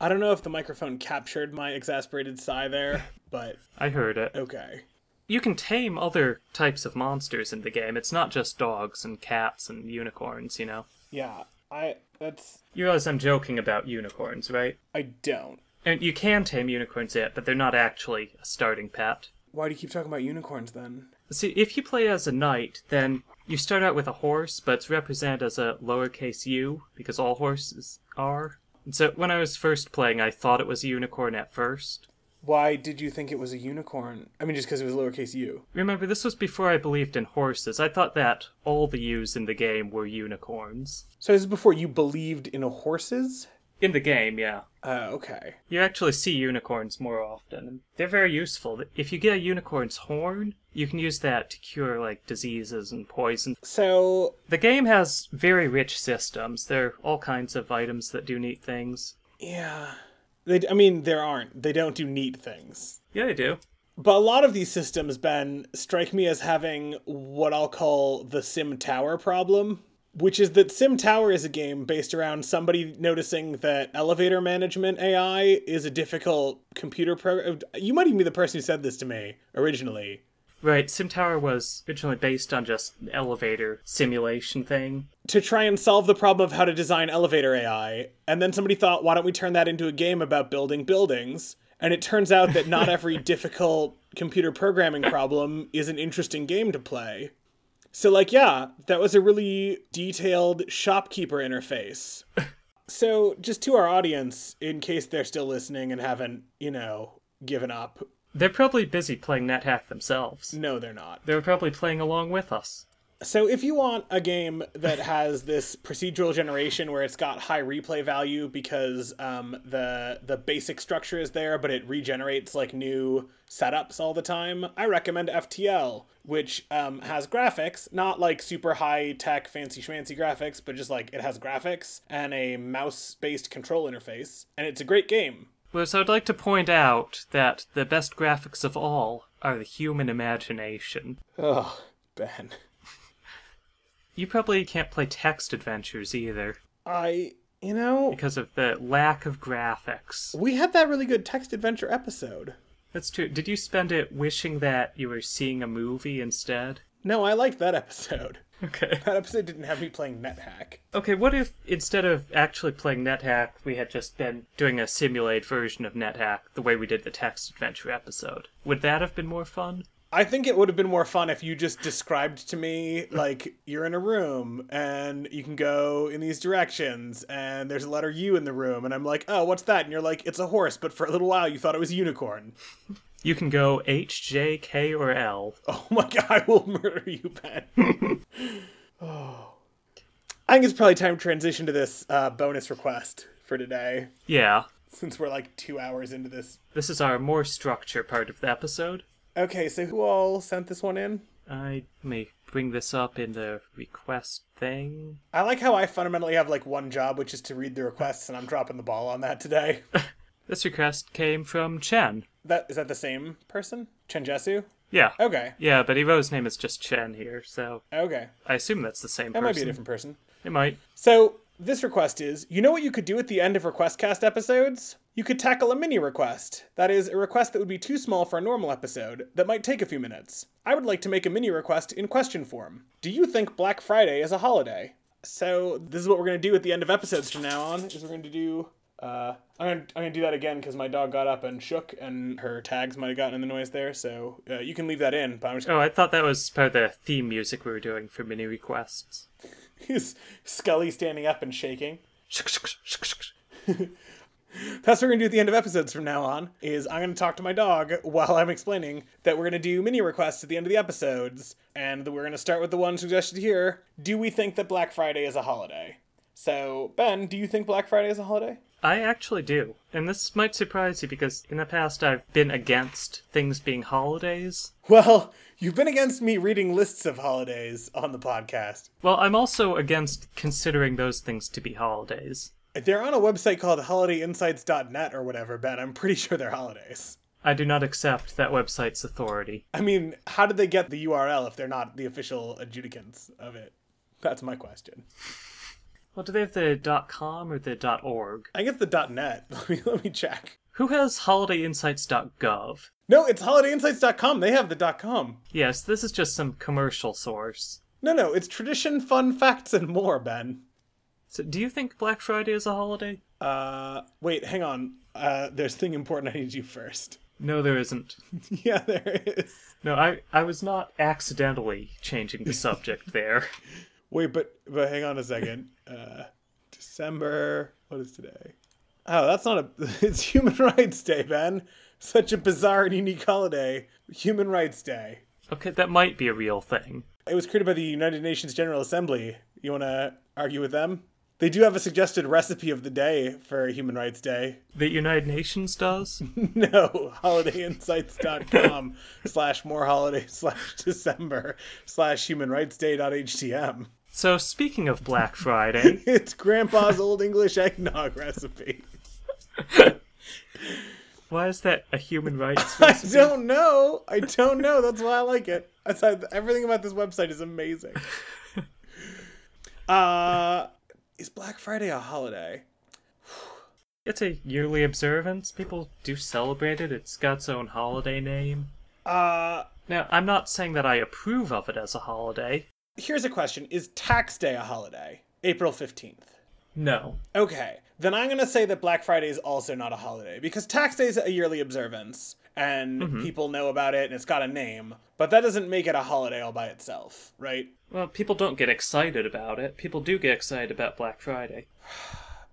I don't know if the microphone captured my exasperated sigh there, but
I heard it.
okay.
You can tame other types of monsters in the game. It's not just dogs and cats and unicorns, you know.
Yeah. I that's
You realize I'm joking about unicorns, right?
I don't.
And you can tame unicorns yet, but they're not actually a starting pet.
Why do you keep talking about unicorns then?
See, if you play as a knight, then you start out with a horse, but it's represented as a lowercase u, because all horses are. And so when I was first playing, I thought it was a unicorn at first.
Why did you think it was a unicorn? I mean, just because it was lowercase u.
Remember, this was before I believed in horses. I thought that all the U's in the game were unicorns.
So this is before you believed in horses?
In the game, yeah.
Uh, okay.
You actually see unicorns more often. and They're very useful. If you get a unicorn's horn, you can use that to cure, like, diseases and poison.
So
The game has very rich systems. There are all kinds of items that do neat things.
yeah, they. d- I mean, there aren't. They don't do neat things.
Yeah, they do.
But a lot of these systems, Ben, strike me as having what I'll call the Sim Tower problem, which is that Sim Tower is a game based around somebody noticing that elevator management AI is a difficult computer program. You might even be the person who said this to me originally.
Right, SimTower was originally based on just an elevator simulation thing.
to try and solve the problem of how to design elevator AI. And then somebody thought, why don't we turn that into a game about building buildings? And it turns out that not every difficult computer programming problem is an interesting game to play. So, like, yeah, that was a really detailed shopkeeper interface. So, just to our audience, in case they're still listening and haven't, you know, given up,
They're probably busy playing NetHack themselves.
no, they're not.
They were probably playing along with us.
So if you want a game that has this procedural generation where it's got high replay value because um, the the basic structure is there, but it regenerates like new setups all the time, I recommend FTL, which um, has graphics, not like super high tech, fancy schmancy graphics, but just like it has graphics and a mouse based control interface, and it's a great game.
Whereas I'd like to point out that the best graphics of all are the human imagination.
Ugh, Ben,
You probably can't play text adventures either
I you know
because of the lack of graphics.
we had that really good text adventure episode.
That's true. Did you spend it wishing that you were seeing a movie instead?
No, I liked that episode.
Okay.
That episode didn't have me playing NetHack.
Okay, what if instead of actually playing NetHack, we had just been doing a simulated version of NetHack the way we did the text adventure episode? Would that have been more fun?
I think it would have been more fun if you just described to me, like, you're in a room and you can go in these directions and there's a letter U in the room. And I'm like, oh, what's that? And you're like, it's a horse, but for a little while you thought it was a unicorn.
You can go H, J, K, or L.
Oh my God, I will murder you, Ben. oh. I think it's probably time to transition to this uh, bonus request for today,
Yeah,
since we're like two hours into this.
this is our more structure part of the episode.
Okay, so who all sent this one in?
I may bring this up in the request thing.
I like how I fundamentally have like one job, which is to read the requests, and I'm dropping the ball on that today.
This request came from Chen.
that is that the same person, Chenjesu?
Yeah.
Okay,
Yeah, but Evo's name is just Chen here, so
okay,
I assume that's the same
that
person.
might be a different person.
It might.
So this request is: you know what you could do at the end of RequestCast episodes? You could tackle a mini request. That is a request that would be too small for a normal episode that might take a few minutes. I would like to make a mini request in question form. Do you think Black Friday is a holiday? So this is what we're gonna do at the end of episodes from now on. Is we're gonna do. Uh, I'm gonna, I'm gonna do that again because my dog got up and shook, and her tags might have gotten in the noise there. So uh, you can leave that in. But I'm just
Oh, I thought that was part of the theme music we were doing for mini requests.
he's Scully standing up and shaking. That's what we're gonna do at the end of episodes from now on. Is I'm gonna talk to my dog while I'm explaining that we're gonna do mini requests at the end of the episodes, and we're gonna start with the one suggested here. Do we think that Black Friday is a holiday? So Ben, do you think Black Friday is a holiday?
I actually do. And this might surprise you because in the past I've been against things being holidays.
Well, you've been against me reading lists of holidays on the podcast.
Well, I'm also against considering those things to be holidays.
They're on a website called holidayinsights.net or whatever, Ben. I'm pretty sure they're holidays.
I do not accept that website's authority.
I mean, how did they get the URL if they're not the official adjudicants of it? That's my question.
Well, do they have the .com or the .org?
I guess the .net. Let me let me check.
Who has holidayinsights.gov?
No, it's holidayinsights.com. They have the .com.
Yes, this is just some commercial source.
No, no, it's tradition, fun facts, and more. Ben.
So, do you think Black Friday is a holiday?
Uh, wait, hang on. Uh, there's thing important I need you first.
No, there isn't.
yeah, there is.
No, I, I was not accidentally changing the subject there.
Wait, but but hang on a second. Uh, December. What is today? Oh, that's not a. It's Human Rights Day, Ben. Such a bizarre and unique holiday, Human Rights Day.
Okay, that might be a real thing.
It was created by the United Nations General Assembly. You want to argue with them? They do have a suggested recipe of the day for Human Rights Day.
The United Nations does?
No, holidayinsights.com slash more holiday slash December slash human rights day.htm.
so, speaking of Black Friday,
It's grandpa's old English eggnog recipe.
why is that a human rights
I
recipe?
don't know. I don't know. That's why I like it. That's how, everything about this website is amazing. Uh, is Black Friday a holiday?
It's a yearly observance. People do celebrate it. It's got its own holiday name.
Uh,
Now, I'm not saying that I approve of it as a holiday.
here's a question. Is tax day a holiday? April 15th.
No.
Okay, then I'm going to say that Black Friday is also not a holiday because tax day is a yearly observance and people know about it and it's got a name, but that doesn't make it a holiday all by itself, right?
Well, people don't get excited about it. People do get excited about Black Friday.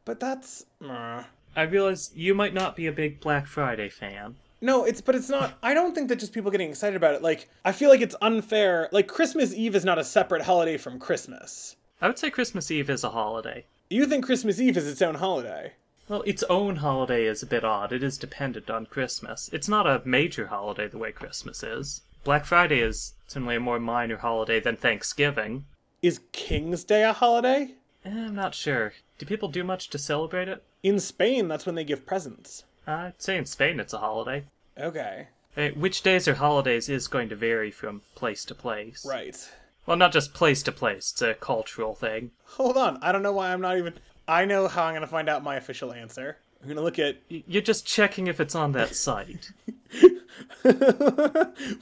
But that's uh,
I realize you might not be a big Black Friday fan.
No, it's but it's not I don't think that just people getting excited about it like I feel like it's unfair. Like Christmas Eve is not a separate holiday from Christmas.
I would say Christmas Eve is a holiday.
You think Christmas Eve is its own holiday?
Well, its own holiday is a bit odd. It is dependent on Christmas. It's not a major holiday the way Christmas is. Black Friday is certainly a more minor holiday than Thanksgiving.
Is King's Day a holiday?
Eh, I'm not sure. Do people do much to celebrate it?
In Spain, that's when they give presents.
I'd say in Spain it's a holiday.
Okay.
Eh, Which days are holidays is going to vary from place to place.
Right.
Well, not just place to place, it's a cultural thing.
Hold on. I don't know why I'm not even. I know how I'm going to find out my official answer. I'm going to look at.
Y- You're just checking if it's on that site.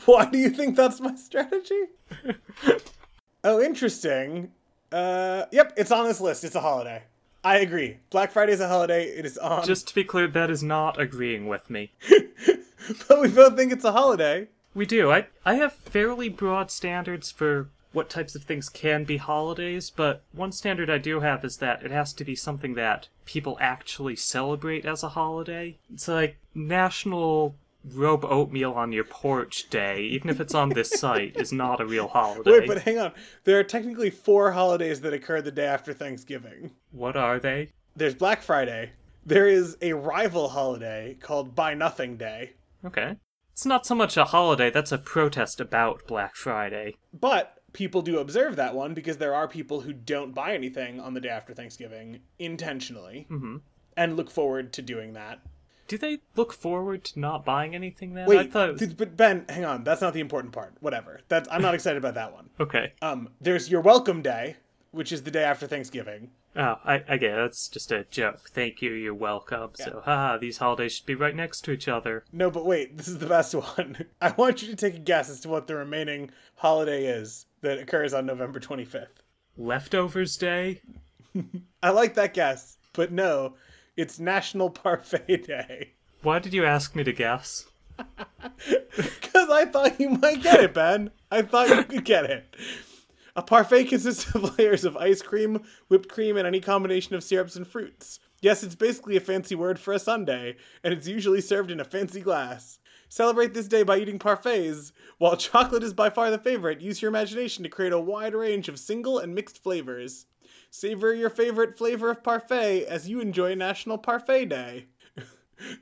why do you think that's my strategy? oh, interesting. Uh, yep, it's on this list. It's a holiday. I agree. Black Friday is a holiday. It is on.
just to be clear, that is not agreeing with me.
But we both think it's a holiday.
We do. I I have fairly broad standards for what types of things can be holidays, but one standard I do have is that it has to be something that people actually celebrate as a holiday. It's like National Rope Oatmeal on Your Porch Day, even if it's on this site, is not a real holiday.
Wait, but hang on. There are technically four holidays that occur the day after Thanksgiving.
What are they?
There's Black Friday. There is a rival holiday called Buy Nothing Day.
Okay. It's not so much a holiday, that's a protest about Black Friday.
But people do observe that one because there are people who don't buy anything on the day after Thanksgiving intentionally
Mm-hmm.
and look forward to doing that.
Do they look forward to not buying anything then? I
Wait,
thought it was-
th- but Ben, hang on. That's not the important part. Whatever. That's I'm not excited about that one.
Okay.
Um, there's your welcome day, which is the day after Thanksgiving.
Oh, I, I get it. That's just a joke. Thank you, you're welcome. So, haha, these holidays should be right next to each other.
No, but wait, this is the best one. I want you to take a guess as to what the remaining holiday is that occurs on November 25th.
Leftovers Day?
I like that guess, but no, it's National Parfait Day.
Why did you ask me to guess?
Because I thought you might get it, Ben. I thought you could get it. A parfait consists of layers of ice cream, whipped cream, and any combination of syrups and fruits. Yes, it's basically a fancy word for a sundae, and it's usually served in a fancy glass. Celebrate this day by eating parfaits. While chocolate is by far the favorite, use your imagination to create a wide range of single and mixed flavors. Savor your favorite flavor of parfait as you enjoy National Parfait Day.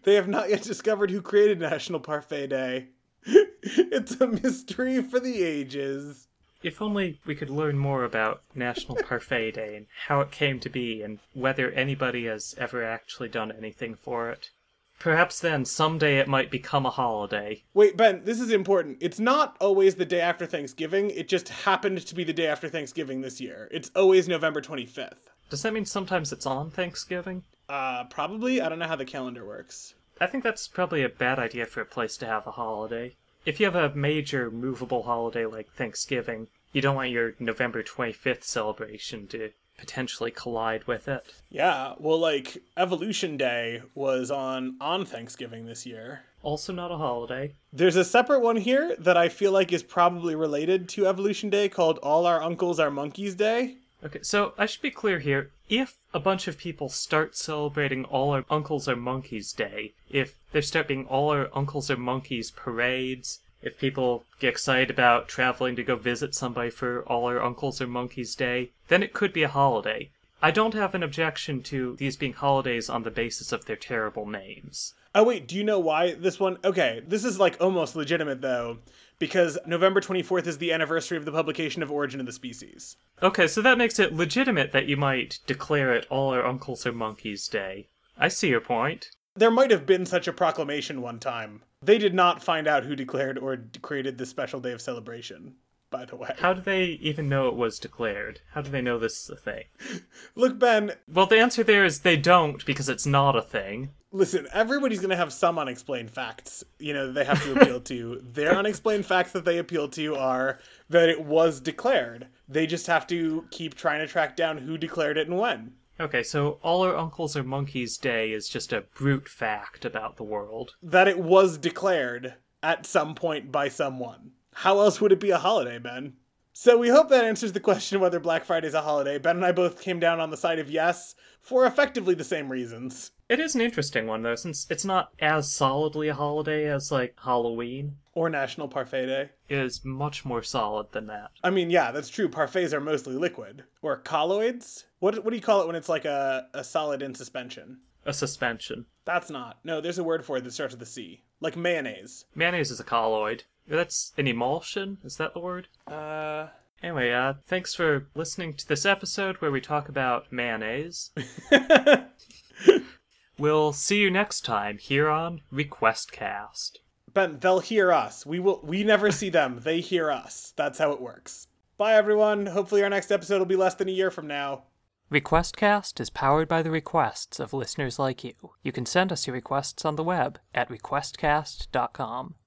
They have not yet discovered who created National Parfait Day. it's a mystery for the ages.
If only we could learn more about National Parfait Day and how it came to be and whether anybody has ever actually done anything for it. Perhaps then someday it might become a holiday.
Wait, Ben, this is important. It's not always the day after Thanksgiving. It just happened to be the day after Thanksgiving this year. It's always November 25th.
Does that mean sometimes it's on Thanksgiving?
Uh, probably. I don't know how the calendar works.
I think that's probably a bad idea for a place to have a holiday. If you have a major movable holiday like Thanksgiving, you don't want your November 25th celebration to potentially collide with it.
Yeah, well, like, Evolution Day was on on Thanksgiving this year.
Also, not a holiday.
There's a separate one here that I feel like is probably related to Evolution Day called All Our Uncles Are Monkeys Day.
Okay, so I should be clear here. If a bunch of people start celebrating All Our Uncles Are Monkeys Day, if there start being All Our Uncles Are Monkeys parades, if people get excited about traveling to go visit somebody for All Our Uncles Are Monkeys Day, then it could be a holiday. I don't have an objection to these being holidays on the basis of their terrible names.
Oh wait, do you know why this one? Okay, this is like almost legitimate though, because November 24th is the anniversary of the publication of Origin of the Species.
Okay, so that makes it legitimate that you might declare it All Our Uncles Are Monkeys Day. I see your point.
There might have been such a proclamation one time. They did not find out who declared or d- created this special day of celebration. By the way,
How do they even know it was declared? How do they know this is a thing?
look, Ben.
Well, the answer there is they don't because it's not a thing.
Listen, everybody's going to have some unexplained facts, you know, that they have to appeal to. Their unexplained facts that they appeal to are that it was declared. They just have to keep trying to track down who declared it and when.
Okay, so All Our Uncles Are Monkeys Day is just a brute fact about the world.
That it was declared at some point by someone. How else would it be a holiday, Ben? So we hope that answers the question whether Black Friday is a holiday. Ben and I both came down on the side of yes for effectively the same reasons.
It is an interesting one, though, since it's not as solidly a holiday as, like, Halloween.
Or National Parfait Day.
It is much more solid than that.
I mean, yeah, that's true. Parfaits are mostly liquid or colloids. What what do you call it when it's like a, a solid in suspension?
A suspension.
That's not. No, there's a word for it that starts with a C, like mayonnaise.
Mayonnaise is a colloid. That's an emulsion? Is that the word?
Uh,
Anyway, uh, thanks for listening to this episode where we talk about mayonnaise. we'll see you next time here on RequestCast.
Ben, they'll hear us. We will. We never see them. They hear us. That's how it works. Bye, everyone. Hopefully, our next episode will be less than a year from now.
RequestCast is powered by the requests of listeners like you. You can send us your requests on the web at requestcast.com.